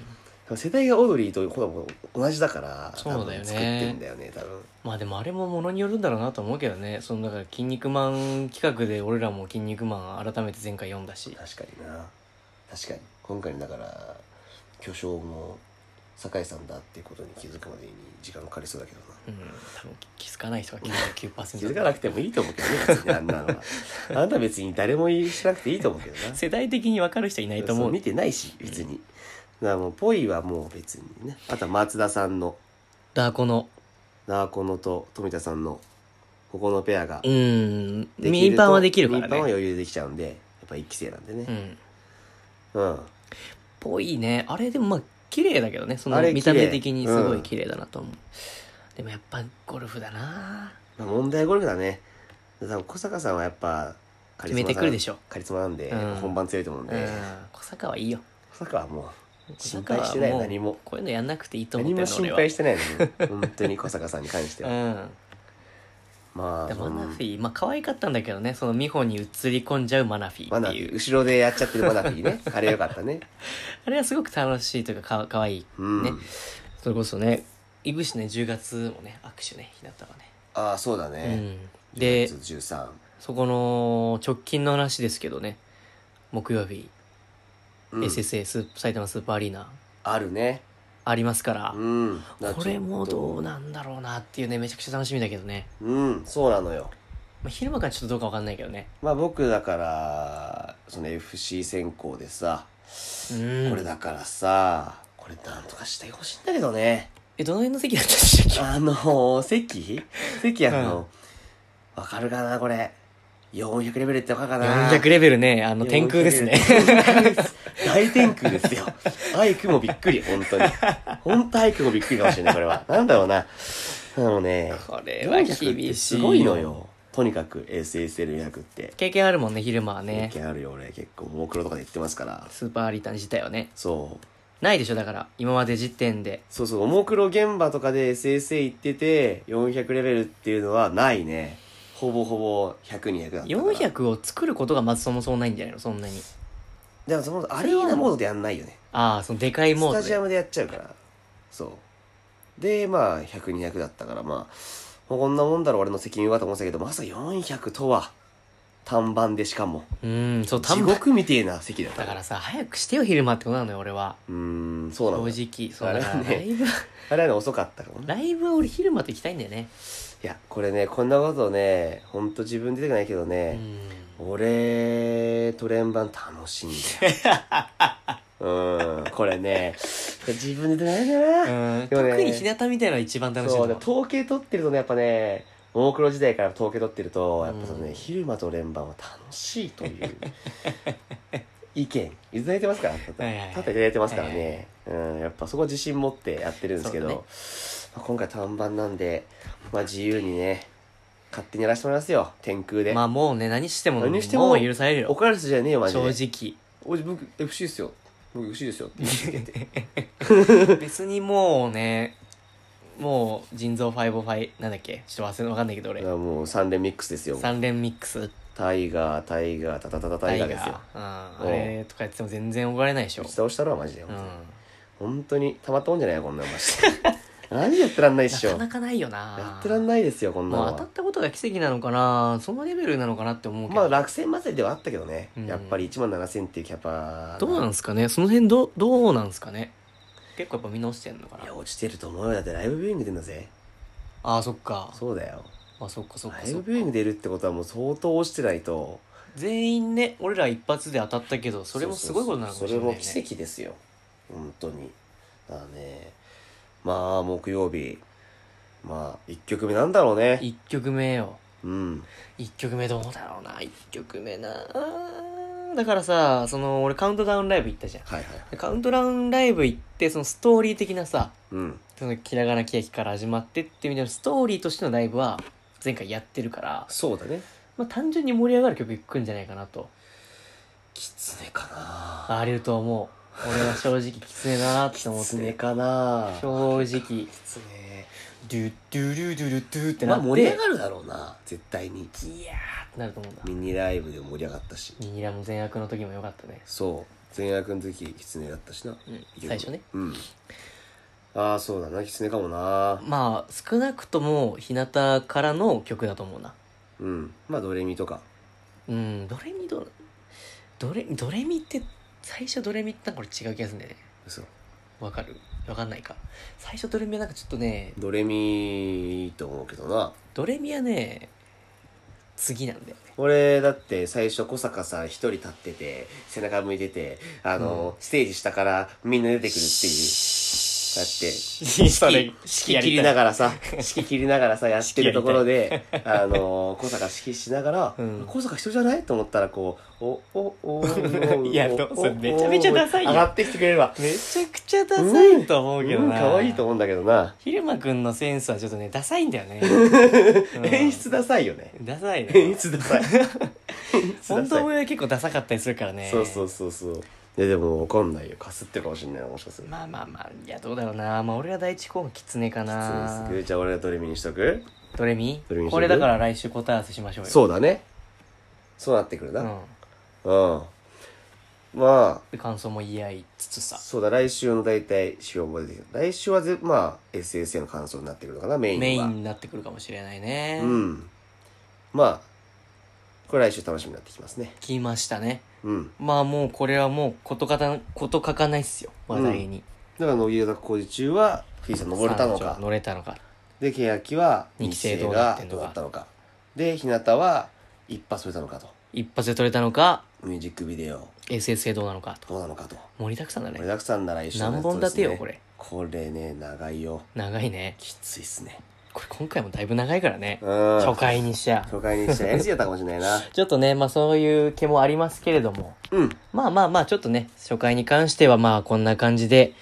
世代がオードリーとほぼ同じだからそうだ多よね分作ってんだよね多分まあでもあれもものによるんだろうなと思うけどねそのだから「筋肉マン」企画で俺らも「筋肉マン」改めて前回読んだし確かにな確かに今回のだから巨匠も酒井さんだっていうことに気づくまでに時間かかりそうだけどなうん多分気づかない人が気づ99%かなくてもいいと思うけどね別 [laughs] にあんなのはあなた別に誰もしなくていいと思うけどな世代的に分かる人いないと思そう見てないし別に、だからもうぽいはもう別にねあとは松田さんのだこのナーコノと富田さんのここのペアがうんできるとミーパンはできるからミーパンはね余裕でできちゃうんでやっぱ一期生なんでうねんうん、ぽいねあれでもまあ綺麗だけどねそのあれ見た目綺麗的にすごういん綺麗だなと思う、でもやっぱゴルフだなまあ、問題ゴルフだねだから小坂さんはやっぱカリスマさん決めてくるでしょカリスマなんで、うん本番強いと思うんうんで、小坂はいいよ小坂はもう小心坂配はしてないもう何もこういうのやんなくていいと思っ何てるも心の俺は配してないのに本当に小坂さんに関 [laughs] しては、うんまあでそマのナフィーまあ可愛かったんだけどねその美穂に映り込んじゃうマナフィマーナっフてィーいう後ろでやっちゃってるマナフィーねあれよかった [laughs] ねあれはすごく楽しいというかか可愛いうん、ねそれこそねいぶしね10月もね握手ね日向はああそうだね、ね、うん、で10月13そこの直近の話ですけどね木曜日、うん SSA スー埼玉スーパーアリーナあるねありますから、うんこれもどうななんだろうなっていうねめちゃくちゃ楽しみだけどね、うんそうなのよまあ、昼間からちょっとどうかわかんないけどねまあ僕だからその FC 選考でさうんこれだからさこれなんとかしてほしいんだけどねえどの辺の席だったでしたっあのー、席席あの、うんわかるかなこれ400レベルってわかるかけな400レベルねあの天空ですね400レベル [laughs] 大天空ですよアイクもびっくり本当に本当アイクもびっくりかもしれないこれはなんだろうなあのねこれは400っ厳てしすいごいのよとにかく SSL400 って経験あるもんね昼間は経ね験あるよ俺結構ももクロとかで言ってますからスーパーアリーナ自体はねそうないでしょだから今まで時点でそうそう、ももクロ現場とかで SSA 行ってて、400レベルっていうのはないね。ほぼほぼ100、200だったから。 400を作ることがまずそもそもないんじゃないのそんなにでもその、アリーナモードでやんないよね。ああそのでかいモスタードジアでムでやっちゃうから。そう。で、まあ、100、200だったから、まあ、もうこんなもんだろ、俺の責任はと思ってたけど、まさか400とは、短板でしかも。うんそう地単語獄みてえな席だった。だからさ早くしてよ昼間ってことなのよ俺はうーん、そうな正の。直そうあれだはからねライブはあれはね、遅かったかもね。ライブは俺昼間と行きたいんだよねいや、これね、こんなことね、ほんと自分出てこないけどうね、ん俺トレンバン楽しいんだ [laughs] ようんこれね自分で出ないんだなうんでもね特に日向みたいなのが一番楽しいとそう思ねう統計取ってるとねやっぱねももクロ時代から統計取ってるとやっぱそのね、うん昼間と連番は楽しいという [laughs] 意見いただいてますからたはいはいはいただいただいてますからはいはね、うん、やっぱそこは自信持ってやってるんですけど、そうだねまあ、今回短板なんで、まあ、自由にね勝手にやらせてもらいますよ天空で、まあもうね何しても何してももう許されるよ怒られる人じゃねえよマジで正おじ僕 FC ですよ僕 FC ですよって言ってきて [laughs] 直別にもうねもう腎臓505なんだっけちょっと忘れわかんないけど俺もう3連ミックスですよ三連ミックスタイガータイガータタタタタイガーですよタイガーおう、うんあれとかやっても全然怒られないでしょ打ち、倒したろマジで、うん、本当にたまったもんじゃないよこんなんマジで [laughs] 何やってらんないっなしょかなかないよなやってらんないですよこんなのもう当たはったことが奇跡なのかなそのレベルなのかなって思うけまあど、落選祭りではあったけどね、うんやっぱり1万7000っていうキャパどうなんすすかねその辺どうどうなんすかね結構やっぱ見直してんのかいやな落ちてると思うよだってライブビューイング出るんだぜああそっかそうだよあそっかそっかライそブっビューイングか出るってことはもう相当落ちてないと全員ね俺ら一発で当たったけどそれもすごいことなのかもしれない、ね、それも奇跡ですよ本当にだからねまあ木曜日まあ1曲目なんだろうね1曲目ようん1曲目どうだろうな1曲目なだからさその俺カウントダウンライブ行ったじゃんはいはいカウントダウンライブ行って、そのストーリー的なさ、うんそのひらがなケーキから始まってってみたいなストーリーとしてのライブは前回やってるから、そうだねまあ単純に盛り上がる曲いくんじゃないかなと。狐かなあると思う俺は正直きつねだなって思って狐かな正直狐ドゥドゥルドゥルドゥってまなあって、盛り上がるだろうな絶対にいやーってなると思うんだミニライブで盛り上がったしミニラも善悪の時も良かったねそう前役の時狐だったしな、うん最初ねうんああそうだな狐かもなまあ少なくとも日向からの曲だと思うなうんまあドレミとかうんドレミドドレドレミって最初ドレミってなんかこれ違う気がするんだよねそうわかるわかんないか最初ドレミはなんかちょっとねドレミいいと思うけどなドレミはね次なんだよね俺だって最初小坂さん一人立ってて背中向いててあの、ステージ下からみんな出てくるっていうだってそれ指揮指揮切りながらさ指揮切りながらさやってるところであの小坂指揮しながら、うん小坂人じゃないと思ったらこうおおおお [laughs] いやおどうおそれめちゃめちゃダサいよ上がってきてくれればめちゃくちゃダサいと思ううんけどな、可愛いと思うんだけどな、ひるまくんのセンスはちょっとねダサいんだよね [laughs] うん演出ダサいよねダサいね演出ダサい演出ダ [laughs] 本サ当いは結構ダサかったりするからねそうそうそうそういやでもわかんないよかすってるかもしれないもしかするまあまあまあいやどうだろうなまあ俺が第一候補キツネかなそうですじゃあ俺がドレミにしとくドレミドレミにしとくこれだから来週答え合わせしましょうよそうだねそうなってくるうなうん、んまで感想も言い合いつつあさそうだ来週の大体仕様も出てきた来週はぜまあ SSA の感想になってくるのかなメインはメインになってくるかもしれないねうんまあこれ来週楽しみになってきますね来ましたねうんまあもうこれはもうことかたこと書かないっすよ話題に、だから乃木坂工事中はフィーさん登れたの三か条乗れたのかで欅は二期生二どうなってんのどかうだったのかで日向は一発取れたのかと一発で取れたのかミュージックビデオ SSA どうなのかとどうなのかと盛りだくさんだ盛りねだくさんな来週のやつ何本立てよですねここれれね長いよ長いねきついっすねこれ今回もだいぶ長いからねうん初初回にしちゃ回にして NG だったかもしれない [laughs] なちょっとねまあそういう気もありますけれどもうんまあまあまあちょっとね初回に関してはまあこんな感じで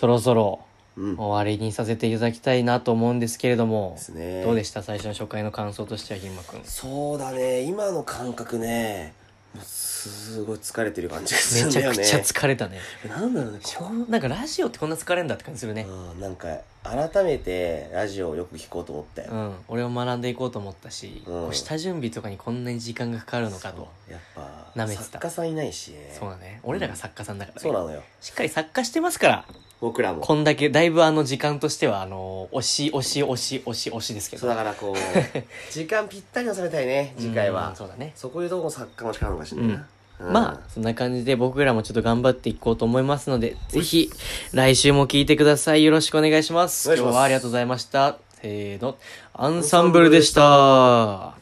そろそろうんで終わりにさせていただきたいなと思うんですけれどもすねどうでしした最初の初回の感想としてはひんまくんそうだね今の感覚ねもうすごい疲れてる感じがするめんちだゃよねくちゃ疲れたねなんだろうねしこょうなんかラジオってこんな疲れんだって感じするねうんなんか改めてラジオをよく聞こうと思ったうよ、ん俺を学んでいこうと思ったし、うんこう下準備とかにこんなに時間がかかるのかとそうやっぱ舐めてた作家さんいないしねそうだね俺らが作家さんだからね、そうなのよしっかり作家してますから僕らもこんだけだいぶあの時間としてはあの押し押し押し押し押しですけそどうだから [laughs] こう時間ぴったりに収めたいね次回うはんそうだねそこいうとこも作家の力なのかもしれないな、うんまあそんな感じで僕らもちょっと頑張っていこうと思いますのでぜひ来週も聞いてくださいよろしくお願いしますお願いします今日はありがとうございましたせーのアンサンブルでした